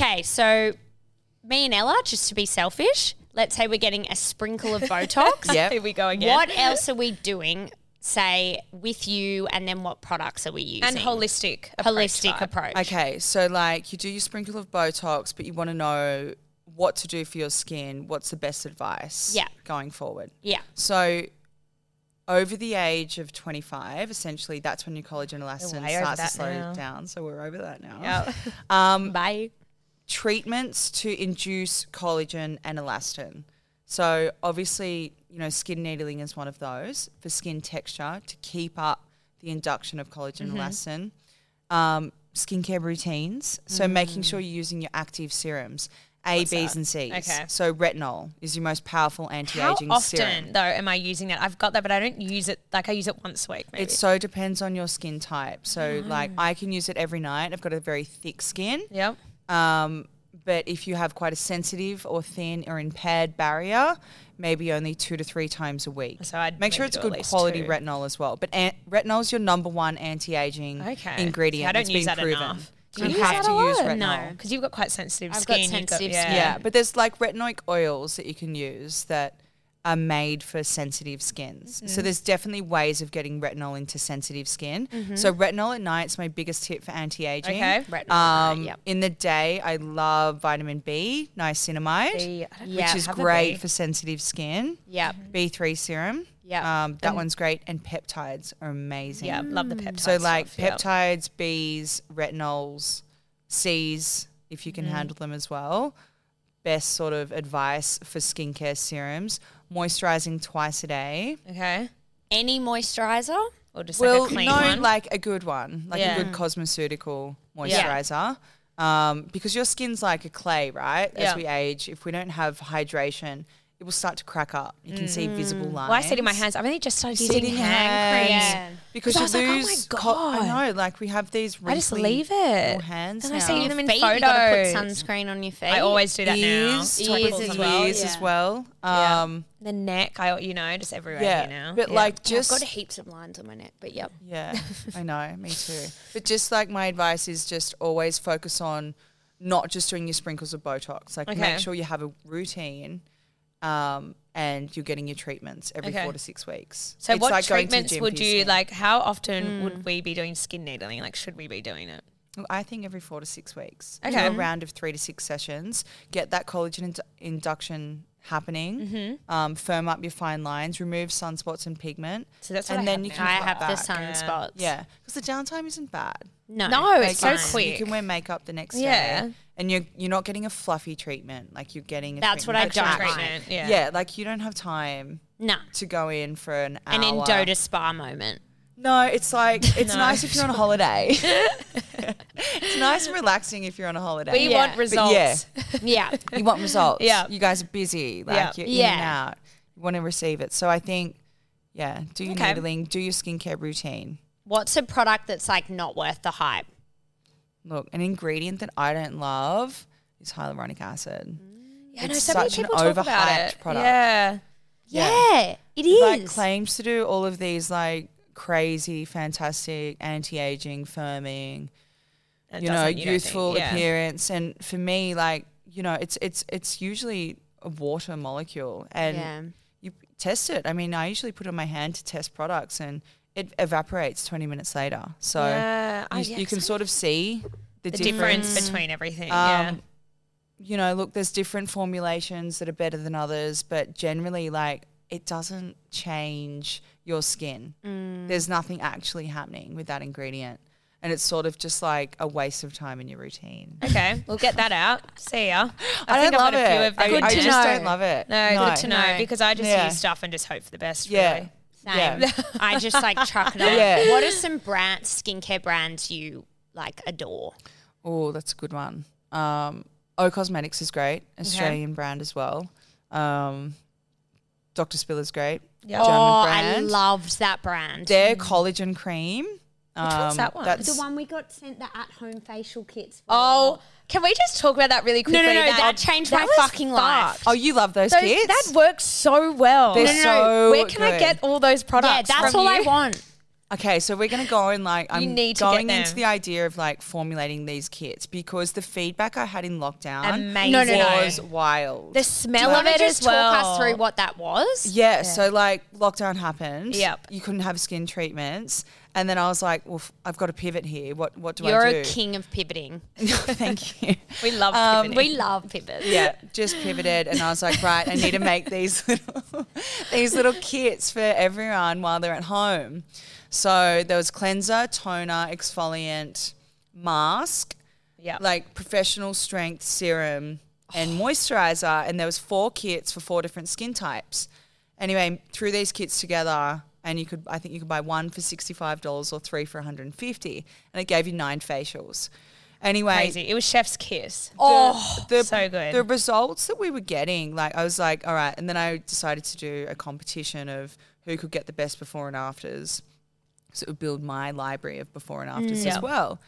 Speaker 4: Okay, so me and Ella, just to be selfish, let's say we're getting a sprinkle of Botox.
Speaker 2: Yep.
Speaker 3: Here we go again.
Speaker 4: What else are we doing? Say with you, and then what products are we using?
Speaker 3: And holistic, approach
Speaker 4: holistic
Speaker 3: type.
Speaker 4: approach.
Speaker 2: Okay, so like you do your sprinkle of Botox, but you want to know what to do for your skin. What's the best advice?
Speaker 4: Yeah.
Speaker 2: Going forward.
Speaker 4: Yeah.
Speaker 2: So, over the age of 25, essentially, that's when your collagen elastin
Speaker 3: way over
Speaker 2: starts to
Speaker 3: that
Speaker 2: slow
Speaker 3: now.
Speaker 2: down. So, we're over that now.
Speaker 3: Yeah.
Speaker 2: Um,
Speaker 4: Bye.
Speaker 2: treatments to induce collagen and elastin. So, obviously, you know, skin needling is one of those for skin texture to keep up the induction of collagen
Speaker 3: Mm-hmm.
Speaker 2: and elastin. Um, skincare routines. So,
Speaker 3: Mm.
Speaker 2: making sure you're using your active serums. A, B's, and C's.
Speaker 3: Okay.
Speaker 2: So retinol is your most powerful
Speaker 3: How
Speaker 2: anti-aging
Speaker 3: often
Speaker 2: serum.
Speaker 3: though am I using that? I've got that, but I don't use it. Like I use it once a week. Maybe.
Speaker 2: It so depends on your skin type. So
Speaker 3: Mm.
Speaker 2: like I can use it every night. I've got a very thick skin.
Speaker 3: yep.
Speaker 2: Um, but if you have quite a sensitive or thin or impaired barrier, maybe only two to three times a week.
Speaker 3: So I'd
Speaker 2: make sure
Speaker 3: maybe
Speaker 2: it's
Speaker 3: do at
Speaker 2: good
Speaker 3: least
Speaker 2: quality
Speaker 3: two.
Speaker 2: retinol as well. But an- retinol is your number one anti-aging
Speaker 3: Okay.
Speaker 2: ingredient.
Speaker 3: See, I don't
Speaker 2: it's
Speaker 3: use
Speaker 2: been
Speaker 3: that
Speaker 2: proven.
Speaker 3: enough.
Speaker 2: You,
Speaker 3: use
Speaker 2: have
Speaker 3: that
Speaker 2: to
Speaker 3: a
Speaker 2: use
Speaker 3: lot?
Speaker 2: retinol.
Speaker 3: No, because you've got quite sensitive
Speaker 4: I've got
Speaker 3: skin. you've
Speaker 4: sensitive
Speaker 3: yeah.
Speaker 4: skin.
Speaker 2: Yeah, but there's like retinoic oils that you can use that are made for sensitive skins.
Speaker 3: Mm-hmm.
Speaker 2: So there's definitely ways of getting retinol into sensitive skin. So retinol at night's my biggest tip for anti-aging.
Speaker 3: Mm-hmm. Okay.
Speaker 4: Retinol at night,
Speaker 2: Um,
Speaker 4: yep.
Speaker 2: In the day, I love vitamin B, niacinamide,
Speaker 3: B, I don't
Speaker 4: Yeah.
Speaker 2: which is
Speaker 3: have a
Speaker 2: great
Speaker 3: B.
Speaker 2: for sensitive skin.
Speaker 4: Yep.
Speaker 2: B3 serum.
Speaker 4: Yep.
Speaker 2: Um, that one's great. And peptides are amazing.
Speaker 3: Yeah, love the peptides.
Speaker 2: So like
Speaker 3: stuff, yeah.
Speaker 2: peptides, Bs, retinols, Cs, if you can
Speaker 3: Mm-hmm.
Speaker 2: handle them as well. Best sort of advice for skincare serums: moisturizing twice a day.
Speaker 3: Okay.
Speaker 4: Any moisturizer?
Speaker 3: Or just
Speaker 2: well,
Speaker 3: like a clean
Speaker 2: no,
Speaker 3: one.
Speaker 2: like a good one, like
Speaker 3: Yeah. Mm.
Speaker 2: a good cosmeceutical
Speaker 3: Yeah.
Speaker 2: moisturizer. Um, because your skin's like a clay, right? As
Speaker 3: Yeah.
Speaker 2: we age, if we don't have hydration, it will start to crack up. You can see visible lines.
Speaker 3: well, Mm. I said in my hands. I've only just started
Speaker 2: Sit
Speaker 3: using
Speaker 2: in your
Speaker 3: hand cream.
Speaker 2: hands.
Speaker 4: Yeah.
Speaker 2: Because
Speaker 3: 'Cause I
Speaker 2: you
Speaker 3: was like, oh my
Speaker 2: lose. co- I
Speaker 3: God.
Speaker 2: know, like we have these.
Speaker 3: I just
Speaker 2: wrinkly
Speaker 3: leave it.
Speaker 2: little hands.
Speaker 3: And I
Speaker 2: now.
Speaker 3: see them in
Speaker 4: Feet, you gotta
Speaker 3: photos.
Speaker 4: put sunscreen on your feet.
Speaker 3: I always do that
Speaker 2: ears,
Speaker 3: now.
Speaker 4: Ears
Speaker 2: topicals
Speaker 4: as
Speaker 2: as
Speaker 4: well,
Speaker 2: well. Ears as
Speaker 4: yeah.
Speaker 2: well.
Speaker 3: Yeah.
Speaker 2: Um,
Speaker 3: The neck, I you know, just everywhere
Speaker 2: yeah,
Speaker 3: here now.
Speaker 2: but
Speaker 3: Yeah.
Speaker 2: like
Speaker 4: Yeah,
Speaker 2: just
Speaker 4: I've got heaps of lines on my neck, but yep.
Speaker 2: yeah, I know, me too. But just like my advice is just always focus on not just doing your sprinkles of Botox. Like
Speaker 3: Okay.
Speaker 2: make sure you have a routine. Um, and you're getting your treatments every
Speaker 3: Okay.
Speaker 2: four to six weeks.
Speaker 3: So
Speaker 2: It's
Speaker 3: what
Speaker 2: like going to the
Speaker 3: treatments
Speaker 2: gym
Speaker 3: would
Speaker 2: for your
Speaker 3: you
Speaker 2: skin.
Speaker 3: like? How often
Speaker 4: Hmm.
Speaker 3: would we be doing skin needling? Like, should we be doing it?
Speaker 2: I think every four to six weeks.
Speaker 3: Okay.
Speaker 2: Okay. a round of three to six sessions. Get that collagen ind- induction happening. Um, firm up your fine lines. Remove sunspots and pigment.
Speaker 3: So that's what
Speaker 2: and
Speaker 3: I
Speaker 2: then
Speaker 3: have
Speaker 2: you
Speaker 3: now.
Speaker 2: can
Speaker 4: I
Speaker 2: cut
Speaker 4: have the
Speaker 2: back.
Speaker 4: sunspots.
Speaker 2: Yeah, because the downtime isn't bad.
Speaker 4: No.
Speaker 3: No, it's so
Speaker 2: Like,
Speaker 3: quick.
Speaker 2: You can wear makeup the next
Speaker 3: Yeah.
Speaker 2: day. And you're you're not getting a fluffy treatment. Like you're getting a
Speaker 4: That's what I
Speaker 2: treatment
Speaker 4: don't
Speaker 2: that's
Speaker 4: like.
Speaker 2: actually-
Speaker 3: Treatment, yeah.
Speaker 2: Yeah, like you don't have time
Speaker 4: No.
Speaker 2: to go in for an hour.
Speaker 4: An Endota spa moment.
Speaker 2: No, it's like it's nice if you're on a holiday. it's nice and relaxing if you're on a holiday.
Speaker 3: We
Speaker 4: Yeah.
Speaker 3: want
Speaker 4: But
Speaker 2: But
Speaker 3: results.
Speaker 4: Yeah.
Speaker 2: you want results.
Speaker 3: Yeah.
Speaker 2: You guys are busy. Like
Speaker 3: Yeah.
Speaker 2: you're in and
Speaker 4: Yeah.
Speaker 2: out. You want to receive it. So I think, yeah, do your
Speaker 3: Okay.
Speaker 2: needling, do your skincare routine.
Speaker 4: What's a product that's like not worth the hype?
Speaker 2: Look, an ingredient that I don't love is hyaluronic acid.
Speaker 3: Mm. Yeah, I know,
Speaker 2: It's
Speaker 3: so many
Speaker 2: such an
Speaker 3: people talk about
Speaker 2: overhyped
Speaker 3: it.
Speaker 2: product.
Speaker 3: Yeah.
Speaker 4: Yeah, it
Speaker 2: It,
Speaker 4: is.
Speaker 2: Like claims to do all of these like crazy, fantastic anti-aging, firming,
Speaker 3: It
Speaker 2: you know,
Speaker 3: doesn't- don't
Speaker 2: youthful
Speaker 3: think- yeah.
Speaker 2: appearance. And for me, like, you know, it's it's it's usually a water molecule and
Speaker 4: Yeah.
Speaker 2: you p- test it. I mean, I usually put it on my hand to test products and it evaporates 20 minutes later. So
Speaker 3: Yeah, Uh, I-
Speaker 2: you,
Speaker 3: yeah,
Speaker 2: you
Speaker 3: 'cause I
Speaker 2: can sort of see the,
Speaker 3: The
Speaker 2: difference.
Speaker 3: difference between everything. yeah.
Speaker 2: Um, You know, look, there's different formulations that are better than others, but generally, like, it doesn't change your skin.
Speaker 3: Mm.
Speaker 2: There's nothing actually happening with that ingredient. And it's sort of just like a waste of time in your routine.
Speaker 3: Okay, we'll get that out. See ya.
Speaker 2: I,
Speaker 3: think
Speaker 2: don't love
Speaker 3: I've got a few
Speaker 2: it.
Speaker 3: of
Speaker 2: I,
Speaker 3: them.
Speaker 2: I
Speaker 3: in
Speaker 2: just
Speaker 3: there.
Speaker 2: don't love it.
Speaker 3: No, good to know
Speaker 4: No.
Speaker 3: because I just
Speaker 2: Yeah.
Speaker 3: use stuff and just hope for the best.
Speaker 2: Yeah.
Speaker 3: Really.
Speaker 4: Same.
Speaker 2: Yeah.
Speaker 4: I just like chuck it on.
Speaker 2: Yeah.
Speaker 4: What are some brand skincare brands you like adore?
Speaker 2: Oh, that's a good one. Um, O Cosmetics is great, Australian brand as well. Um, Dr. Spiller's great,
Speaker 3: Yeah.
Speaker 2: German
Speaker 4: oh, I
Speaker 2: brand.
Speaker 4: loved that brand.
Speaker 2: Their collagen cream. Um,
Speaker 3: Mm. one's that one?
Speaker 2: That's,
Speaker 4: the one we got sent the at-home facial kits. For.
Speaker 3: Oh, can we just talk about that really quickly?
Speaker 4: no, no, that changed my
Speaker 3: was
Speaker 4: fucking life.
Speaker 3: fucked.
Speaker 2: Oh, you love those,
Speaker 3: Those-
Speaker 2: kits?
Speaker 3: that works so well.
Speaker 2: They're No, no, no. so
Speaker 3: Where can I
Speaker 2: good.
Speaker 3: get all those
Speaker 4: yeah,
Speaker 3: products?
Speaker 4: that's
Speaker 3: from
Speaker 4: all I
Speaker 3: you?
Speaker 4: want.
Speaker 2: Okay, so we're going to go and like I'm
Speaker 3: need to get
Speaker 2: going into
Speaker 3: them.
Speaker 2: the idea of like formulating these kits because the feedback I had in lockdown
Speaker 3: Amazing. No, no, no.
Speaker 2: was wild.
Speaker 3: The smell
Speaker 4: Do you
Speaker 3: of
Speaker 4: want
Speaker 3: it
Speaker 4: to just
Speaker 3: as well.
Speaker 4: talk us through what that was?
Speaker 2: yeah, so like lockdown happened.
Speaker 3: Yep.
Speaker 2: You couldn't have skin treatments, and then I was like, well, f- I've got to pivot here. What what do
Speaker 4: You're
Speaker 2: I do?
Speaker 4: a king of pivoting.
Speaker 2: Thank you.
Speaker 3: Um, We love pivoting.
Speaker 4: we love pivots.
Speaker 2: yeah, just pivoted, and I was like, right, I need to make these little, these little kits for everyone while they're at home. So there was cleanser, toner, exfoliant, mask,
Speaker 3: Yep. Oh.
Speaker 2: like professional strength serum and moisturizer, and there was four kits for four different skin types. Anyway, threw these kits together. And you could, I think you could buy one for sixty-five dollars or three for one hundred and fifty, and it gave you nine facials. Anyway,
Speaker 3: Crazy. It was Chef's Kiss.
Speaker 2: oh, the,
Speaker 3: so good.
Speaker 2: The results that we were getting, like I was like, all right, and then I decided to do a competition of who could get the best before and afters, so it would build my library of before and afters
Speaker 3: Yeah.
Speaker 2: as well.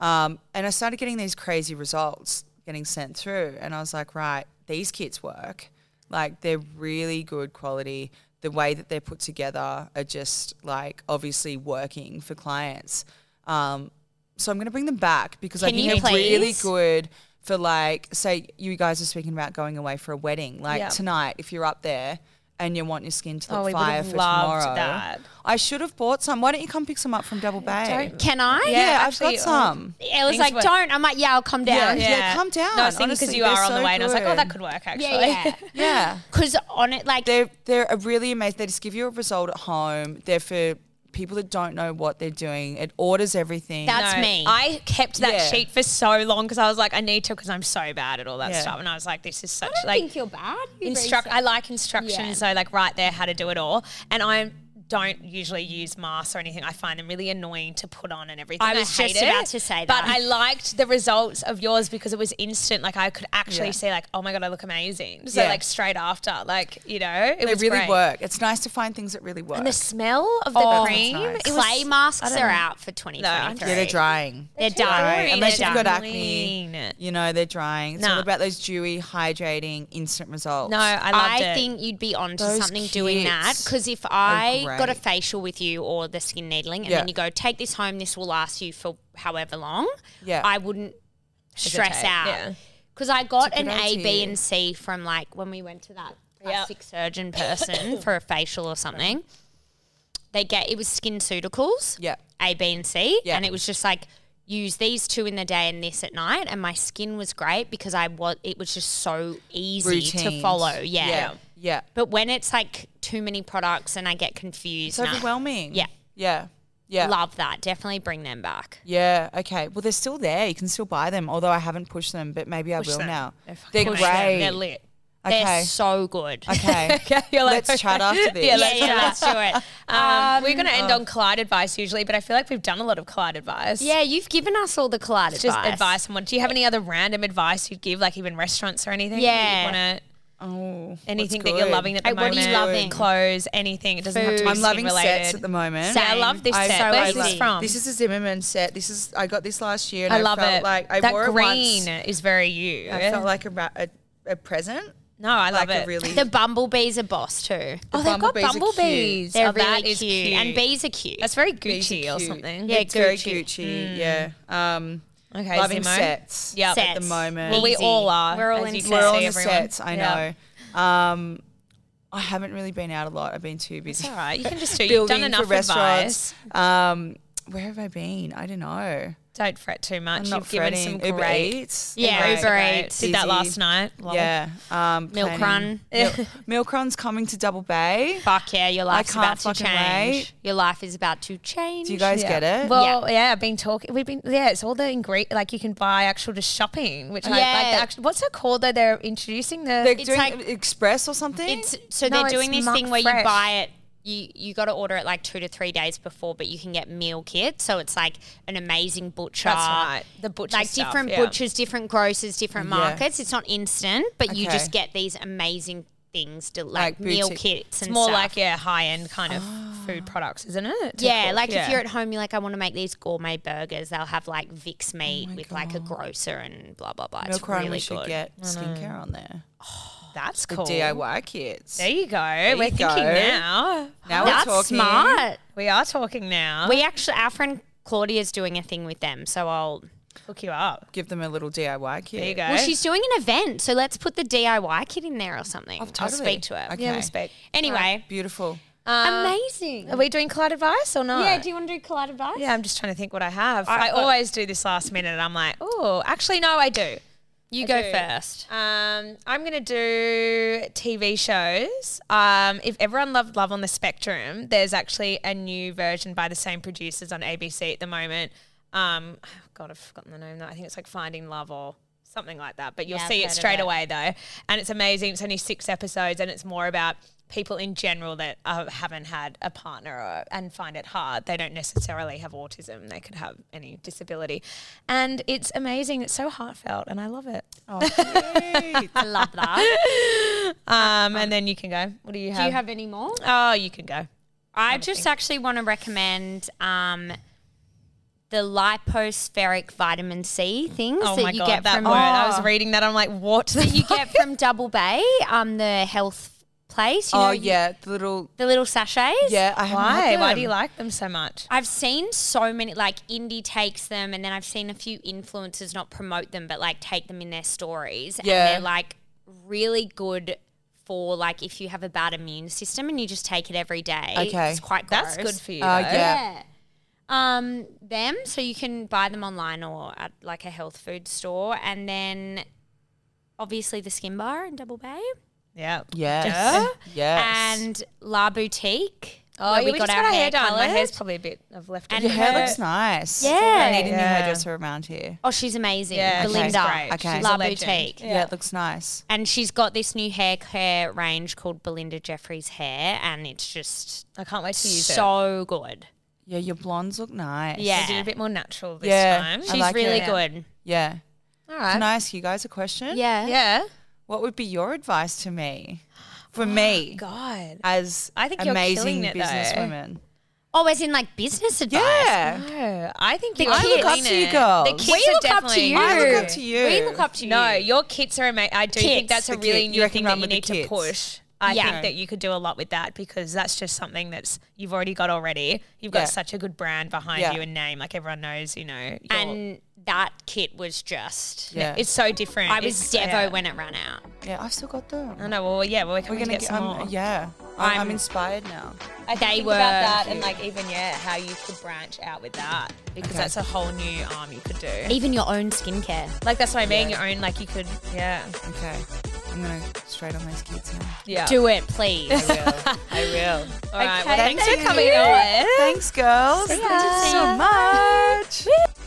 Speaker 2: Um, and I started getting these crazy results getting sent through, and I was like, right, these kits work. Like they're really good quality. The way that they're put together are just like obviously working for clients. Um, so I'm going to bring them back because I
Speaker 4: Can
Speaker 2: think
Speaker 4: you
Speaker 2: they're really
Speaker 4: please?
Speaker 2: good for like say you guys are speaking about going away for a wedding like
Speaker 3: Yeah.
Speaker 2: tonight if you're up there and you want your skin to
Speaker 3: Oh,
Speaker 2: look
Speaker 3: we would've
Speaker 2: fire for
Speaker 3: loved
Speaker 2: tomorrow
Speaker 3: that.
Speaker 2: i should have bought some why don't you come pick some up from double bay
Speaker 4: Can I?
Speaker 2: yeah,
Speaker 3: Yeah,
Speaker 2: i've
Speaker 3: actually,
Speaker 2: got
Speaker 3: uh,
Speaker 2: some
Speaker 4: It was
Speaker 3: Things
Speaker 4: like,
Speaker 3: work.
Speaker 4: don't. I'm like, yeah, I'll come down.
Speaker 2: Yeah, come down,
Speaker 3: No, I was thinking because
Speaker 2: honestly,
Speaker 3: you are
Speaker 2: they're
Speaker 3: on the
Speaker 2: so
Speaker 3: way, and I was like, oh,
Speaker 2: good.
Speaker 3: that could work actually.
Speaker 4: yeah.
Speaker 2: yeah
Speaker 4: Because on it, like,
Speaker 2: they're they're a really amazing. They just give you a result at home. They're for people that don't know what they're doing. It orders everything.
Speaker 4: That's me.
Speaker 3: I kept that
Speaker 2: Yeah.
Speaker 3: sheet for so long because I was like, I need to because I'm so bad at all that
Speaker 2: Yeah.
Speaker 3: stuff, and I was like, this is such
Speaker 4: I don't
Speaker 3: like
Speaker 4: think you're bad. You
Speaker 3: instruct.
Speaker 4: research.
Speaker 3: I like instructions, so like right there how to do it all, and I don't usually use masks or anything. I find them really annoying to put on and everything.
Speaker 4: I was
Speaker 3: hate
Speaker 4: just
Speaker 3: it.
Speaker 4: about to say
Speaker 3: but
Speaker 4: that.
Speaker 3: I liked the results of yours because it was instant. Like I could actually
Speaker 2: Yeah.
Speaker 3: see, like, oh my god, I look amazing. So
Speaker 2: Yeah.
Speaker 3: like straight after, like you know, it
Speaker 2: They
Speaker 3: was
Speaker 2: really
Speaker 3: great.
Speaker 2: work. It's nice to find things that really work.
Speaker 3: And the smell of the
Speaker 2: Oh, that's
Speaker 3: cream,
Speaker 2: nice.
Speaker 3: it was
Speaker 4: Clay masks are out for 2023.
Speaker 3: I'm
Speaker 2: yeah, they're drying.
Speaker 4: They're done.
Speaker 3: boring.
Speaker 2: Unless
Speaker 4: They're
Speaker 2: you've got
Speaker 4: done.
Speaker 2: acne,
Speaker 3: Drying.
Speaker 2: you know they're drying. It's all
Speaker 3: Nah.
Speaker 2: about those dewy, hydrating, instant results.
Speaker 3: No, I loved
Speaker 4: I
Speaker 3: it.
Speaker 4: think you'd be onto
Speaker 2: Those
Speaker 4: something doing that
Speaker 2: kits
Speaker 4: because if I got a
Speaker 2: great.
Speaker 4: facial with you or the skin needling, and
Speaker 2: Yeah.
Speaker 4: then you go take this home, this will last you for however long.
Speaker 2: Yeah.
Speaker 4: I wouldn't stress
Speaker 3: Hesitate, yeah.
Speaker 4: out because I got
Speaker 2: a
Speaker 4: an
Speaker 2: good
Speaker 4: A, B,
Speaker 2: idea.
Speaker 4: and C from like when we went to that plastic surgeon person for a facial or something. They get it was SkinCeuticals.
Speaker 2: Yeah.
Speaker 4: A, B, and C.
Speaker 2: Yeah.
Speaker 4: And it was just like use these two in the day and this at night. And my skin was great because I was it was just so easy to
Speaker 2: Routines.
Speaker 4: follow. Yeah.
Speaker 2: yeah, yeah.
Speaker 4: But when it's like too many products and I get confused,
Speaker 2: It's
Speaker 4: nah.
Speaker 2: overwhelming.
Speaker 4: Yeah.
Speaker 2: yeah, yeah.
Speaker 4: love that. Definitely bring them back.
Speaker 2: Yeah. Okay. Well, they're still there. You can still buy them. Although I haven't pushed them, but maybe I will
Speaker 3: them.
Speaker 2: now.
Speaker 3: They're
Speaker 2: They're
Speaker 3: fucking amazing.
Speaker 2: great.
Speaker 3: They're lit.
Speaker 2: Okay.
Speaker 4: They're so good.
Speaker 2: okay.
Speaker 3: Yeah, you're like,
Speaker 2: Let's chat after this. oh.
Speaker 3: Yeah,
Speaker 4: Yeah,
Speaker 3: let's,
Speaker 4: yeah, let's do it.
Speaker 3: Um, we're going to end on collide advice usually, but I feel like we've done a lot of collide advice.
Speaker 4: Yeah, you've given us all the collide
Speaker 3: Just advice. on what. Do you have any other random advice you'd give, like even restaurants or anything?
Speaker 4: Yeah.
Speaker 3: want
Speaker 2: Oh, what's
Speaker 3: to, anything that you're
Speaker 2: good?
Speaker 3: loving at the
Speaker 4: Hey, what are
Speaker 3: moment?
Speaker 4: you loving?
Speaker 3: Clothes, anything. It doesn't have to be
Speaker 2: I'm loving
Speaker 3: related.
Speaker 2: sets at the moment.
Speaker 3: Yeah, I love this
Speaker 2: I-
Speaker 3: set.
Speaker 4: so
Speaker 3: Where's
Speaker 4: I
Speaker 3: this
Speaker 4: love-
Speaker 3: from?
Speaker 2: This is a Zimmerman set. This is I got this last year. And
Speaker 3: I love
Speaker 2: felt
Speaker 3: it.
Speaker 2: Like I
Speaker 3: that
Speaker 2: wore
Speaker 3: green
Speaker 2: it once.
Speaker 3: is very you.
Speaker 2: I felt like a, ra- a, a present.
Speaker 3: no, I love
Speaker 2: like
Speaker 3: it.
Speaker 2: a really
Speaker 4: The bumblebees are boss too.
Speaker 3: oh, they've got
Speaker 2: bumblebees are cute.
Speaker 3: bumblebees.
Speaker 4: They're
Speaker 3: oh,
Speaker 4: really
Speaker 3: that is
Speaker 4: cute. and bees are cute.
Speaker 3: That's very
Speaker 2: These are
Speaker 3: Gucci or
Speaker 2: cute.
Speaker 3: something.
Speaker 4: Yeah,
Speaker 2: it's very
Speaker 4: Gucci.
Speaker 2: Gucci. Yeah. Um,
Speaker 3: Okay,
Speaker 2: loving
Speaker 3: Zimmo.
Speaker 2: sets
Speaker 3: Yep.
Speaker 2: at the
Speaker 4: Sets.
Speaker 2: moment.
Speaker 3: Well, we
Speaker 4: Easy.
Speaker 3: all are.
Speaker 4: We're all
Speaker 3: as
Speaker 4: in
Speaker 3: you can
Speaker 2: We're
Speaker 3: see,
Speaker 2: on the
Speaker 3: everyone.
Speaker 2: sets. I
Speaker 3: Yeah.
Speaker 2: know. Um, I haven't really been out a lot. I've been too busy.
Speaker 3: It's all right. You can just do. You've done
Speaker 2: building
Speaker 3: enough
Speaker 2: for restaurants.
Speaker 3: advice.
Speaker 2: Um, where have I been? I don't know.
Speaker 3: Don't fret too much.
Speaker 2: I'm
Speaker 3: You've
Speaker 2: not
Speaker 3: given some
Speaker 2: fretting. Uber
Speaker 3: great.
Speaker 2: Eats.
Speaker 4: Yeah,
Speaker 3: advice
Speaker 4: Uber
Speaker 3: about-
Speaker 4: Eats.
Speaker 3: Did that
Speaker 2: Easy.
Speaker 3: last night. Lol.
Speaker 2: Yeah. Um,
Speaker 4: Milk
Speaker 2: planning-
Speaker 4: run.
Speaker 2: Mil- milk run's coming to Double Bay.
Speaker 4: Fuck yeah, your life's
Speaker 2: can't
Speaker 4: about to
Speaker 2: fucking
Speaker 4: change.
Speaker 2: wait.
Speaker 4: Your life is about to change.
Speaker 2: Do you guys
Speaker 3: Yeah.
Speaker 2: get it?
Speaker 3: Well, yeah. I've been talking. We've been yeah. It's all the ingre like you can buy actual just shopping, which I like.
Speaker 4: Yeah.
Speaker 3: The actual, what's it called though? They're introducing the
Speaker 2: They're
Speaker 4: it's
Speaker 2: doing
Speaker 4: like-
Speaker 2: express or something.
Speaker 4: It's so
Speaker 3: No,
Speaker 4: they're doing
Speaker 3: it's
Speaker 4: this thing
Speaker 3: muck
Speaker 4: where
Speaker 3: fresh.
Speaker 4: you buy it. You you got to order it like two to three days before, but you can get meal kits. So it's like an amazing butcher.
Speaker 3: that's right. The butcher
Speaker 4: Like
Speaker 3: stuff,
Speaker 4: different
Speaker 3: yeah.
Speaker 4: butchers, different grocers, different
Speaker 2: Yeah.
Speaker 4: markets. It's not instant, but you just
Speaker 2: Okay.
Speaker 4: get these amazing things, to, like,
Speaker 2: Like
Speaker 4: meal
Speaker 2: boutique-
Speaker 4: kits
Speaker 3: It's
Speaker 4: and
Speaker 3: more
Speaker 4: stuff.
Speaker 3: like yeah, high end kind of
Speaker 2: Ah.
Speaker 3: food products, isn't it?
Speaker 4: yeah, like
Speaker 3: Yeah.
Speaker 4: if you're at home, you're like, I want to make these gourmet burgers. They'll have like
Speaker 3: Oh
Speaker 4: Vic's meat with like a grocer and blah blah blah.
Speaker 2: milk
Speaker 4: it's
Speaker 2: run.
Speaker 4: really
Speaker 2: we should
Speaker 4: good.
Speaker 2: get skincare on there.
Speaker 3: That's cool.
Speaker 2: DIY kits.
Speaker 3: There you go. We're
Speaker 2: you
Speaker 3: thinking
Speaker 2: go.
Speaker 3: now.
Speaker 2: Now
Speaker 4: That's
Speaker 2: we're talking.
Speaker 4: smart.
Speaker 3: We are talking now.
Speaker 4: We actually, our friend Claudia's doing a thing with them, so I'll
Speaker 3: hook you up.
Speaker 2: Give them a little DIY kit.
Speaker 3: There you go.
Speaker 4: Well, she's doing an event, so let's put the DIY kit in there or something. I'll
Speaker 2: totally.
Speaker 4: speak to her.
Speaker 2: Okay.
Speaker 3: yeah, we speak.
Speaker 4: Anyway,
Speaker 2: Beautiful.
Speaker 4: amazing.
Speaker 3: Are we doing Clyde advice or not?
Speaker 4: Yeah, do you want to do collide advice?
Speaker 3: Yeah, I'm just trying to think what I have. I, always do this last minute. and I'm like, oh, actually, no, I do.
Speaker 4: You go
Speaker 3: do.
Speaker 4: first.
Speaker 3: Um, I'm gonna do TV shows. Um, if everyone loved Love on the Spectrum, there's actually a new version by the same producers on ABC at the moment. Um, oh God, I've forgotten the name. Now. I think it's like Finding Love or something like that. But you'll
Speaker 4: Yeah, I've
Speaker 3: see
Speaker 4: heard
Speaker 3: it
Speaker 4: of
Speaker 3: straight
Speaker 4: it.
Speaker 3: away though, and it's amazing. It's only six episodes, and it's more about people in general that uh, haven't had a partner or, and find it hard. They don't necessarily have autism. They could have any disability, and it's amazing. It's so heartfelt, and I love it.
Speaker 4: I love that.
Speaker 3: Um, and then you can go. What do you have?
Speaker 4: do you have any more?
Speaker 3: Oh, you can go.
Speaker 4: I just actually want to recommend um, the lipospheric vitamin C things
Speaker 3: Oh
Speaker 4: that
Speaker 3: my
Speaker 4: you
Speaker 3: god,
Speaker 4: get
Speaker 3: that
Speaker 4: from Oh. uh,
Speaker 3: word! I was reading that. I'm like, what? The
Speaker 4: you get from Double Bay, um, the health place. You
Speaker 2: oh
Speaker 4: know, you-
Speaker 2: yeah, the little
Speaker 4: the little sachets.
Speaker 2: yeah. I haven't had
Speaker 3: why? Why do
Speaker 2: them.
Speaker 3: you like them so much?
Speaker 4: I've seen so many like indie takes them, and then I've seen a few influencers not promote them, but like take them in their stories.
Speaker 2: Yeah.
Speaker 4: and they're like really good for like if you have a bad immune system and you just take it every day.
Speaker 2: Okay.
Speaker 4: it's quite gross.
Speaker 3: That's good for you.
Speaker 2: Uh,
Speaker 3: though.
Speaker 2: yeah.
Speaker 4: Yeah. Um, them so you can buy them online or at like a health food store, and then obviously the Skin Bar in Double Bay
Speaker 3: yeah,
Speaker 2: Yes. Yes.
Speaker 4: and La Boutique.
Speaker 3: Oh,
Speaker 4: where
Speaker 3: yeah, we, just got, our hair done. My hair's probably a bit of left.
Speaker 4: And
Speaker 3: over.
Speaker 2: your hair
Speaker 4: her-
Speaker 2: looks nice.
Speaker 4: Yeah.
Speaker 2: I need a new
Speaker 3: Yeah.
Speaker 2: hairdresser around here.
Speaker 4: Oh, she's amazing.
Speaker 3: Yeah, she's
Speaker 4: Belinda.
Speaker 3: great.
Speaker 2: Okay. She's
Speaker 4: La
Speaker 3: a legend.
Speaker 4: Boutique.
Speaker 2: Yeah. it looks nice.
Speaker 4: And she's got this new hair care range called Belinda Jeffries Hair, and it's just
Speaker 3: I can't wait to use it.
Speaker 4: so good.
Speaker 2: Yeah, your blondes look nice.
Speaker 4: Yeah.
Speaker 3: I did a bit more natural this
Speaker 2: Yeah.
Speaker 3: time.
Speaker 2: I
Speaker 4: She's
Speaker 2: like
Speaker 4: really
Speaker 2: it.
Speaker 4: good.
Speaker 2: Yeah.
Speaker 3: All right.
Speaker 2: Can I ask you guys a question?
Speaker 4: Yeah.
Speaker 3: yeah.
Speaker 2: What would be your advice to me? For me,
Speaker 3: Oh God.
Speaker 2: as
Speaker 3: I think you're
Speaker 2: amazing
Speaker 3: killing it, though.
Speaker 2: businesswoman.
Speaker 4: Oh, as in like business advice.
Speaker 2: Yeah.
Speaker 3: No, I think you
Speaker 2: I look up to you girls.
Speaker 3: The kids
Speaker 4: We
Speaker 3: are
Speaker 4: look up to
Speaker 3: definitely-
Speaker 4: you.
Speaker 2: I look up to you.
Speaker 4: We look up to you.
Speaker 3: No, your kits are amazing. I do think
Speaker 4: Kits.
Speaker 3: that's a
Speaker 2: The
Speaker 3: really
Speaker 2: kit. You
Speaker 3: new
Speaker 2: reckon
Speaker 3: thing
Speaker 2: run
Speaker 3: that you
Speaker 2: with the
Speaker 3: need
Speaker 2: kits?
Speaker 3: to push. I
Speaker 4: Yeah.
Speaker 3: think that you could do a lot with that because that's just something that's you've already got already. You've got
Speaker 2: Yeah.
Speaker 3: such a good brand behind
Speaker 2: Yeah.
Speaker 3: you and name, like everyone knows. You know, your-
Speaker 4: and that kit was just.
Speaker 2: Yeah.
Speaker 3: it's so different.
Speaker 4: I was
Speaker 3: It's-
Speaker 4: Devo
Speaker 3: yeah.
Speaker 4: when it ran out.
Speaker 2: Yeah, I've still got them.
Speaker 3: I know. Well, yeah. Well, we're coming
Speaker 2: We're gonna
Speaker 3: to get,
Speaker 2: get.
Speaker 3: some
Speaker 2: I'm-
Speaker 3: more.
Speaker 2: yeah, I'm,
Speaker 4: I'm-
Speaker 2: I'm inspired now.
Speaker 3: I
Speaker 4: They
Speaker 3: think
Speaker 4: were-
Speaker 3: about that and like even yeah, how you could branch out with that because that's a whole new arm you could do.
Speaker 4: Even your own skincare.
Speaker 3: Like that's what I mean. Your own like you could yeah
Speaker 2: Okay, I'm gonna straight on those kids now.
Speaker 3: yeah.
Speaker 4: Do it, please.
Speaker 2: I will.
Speaker 3: All right.
Speaker 4: Okay,
Speaker 3: well, thanks
Speaker 2: thank
Speaker 3: for
Speaker 2: you.
Speaker 3: coming on.
Speaker 2: Thanks, girls. Thank you so much.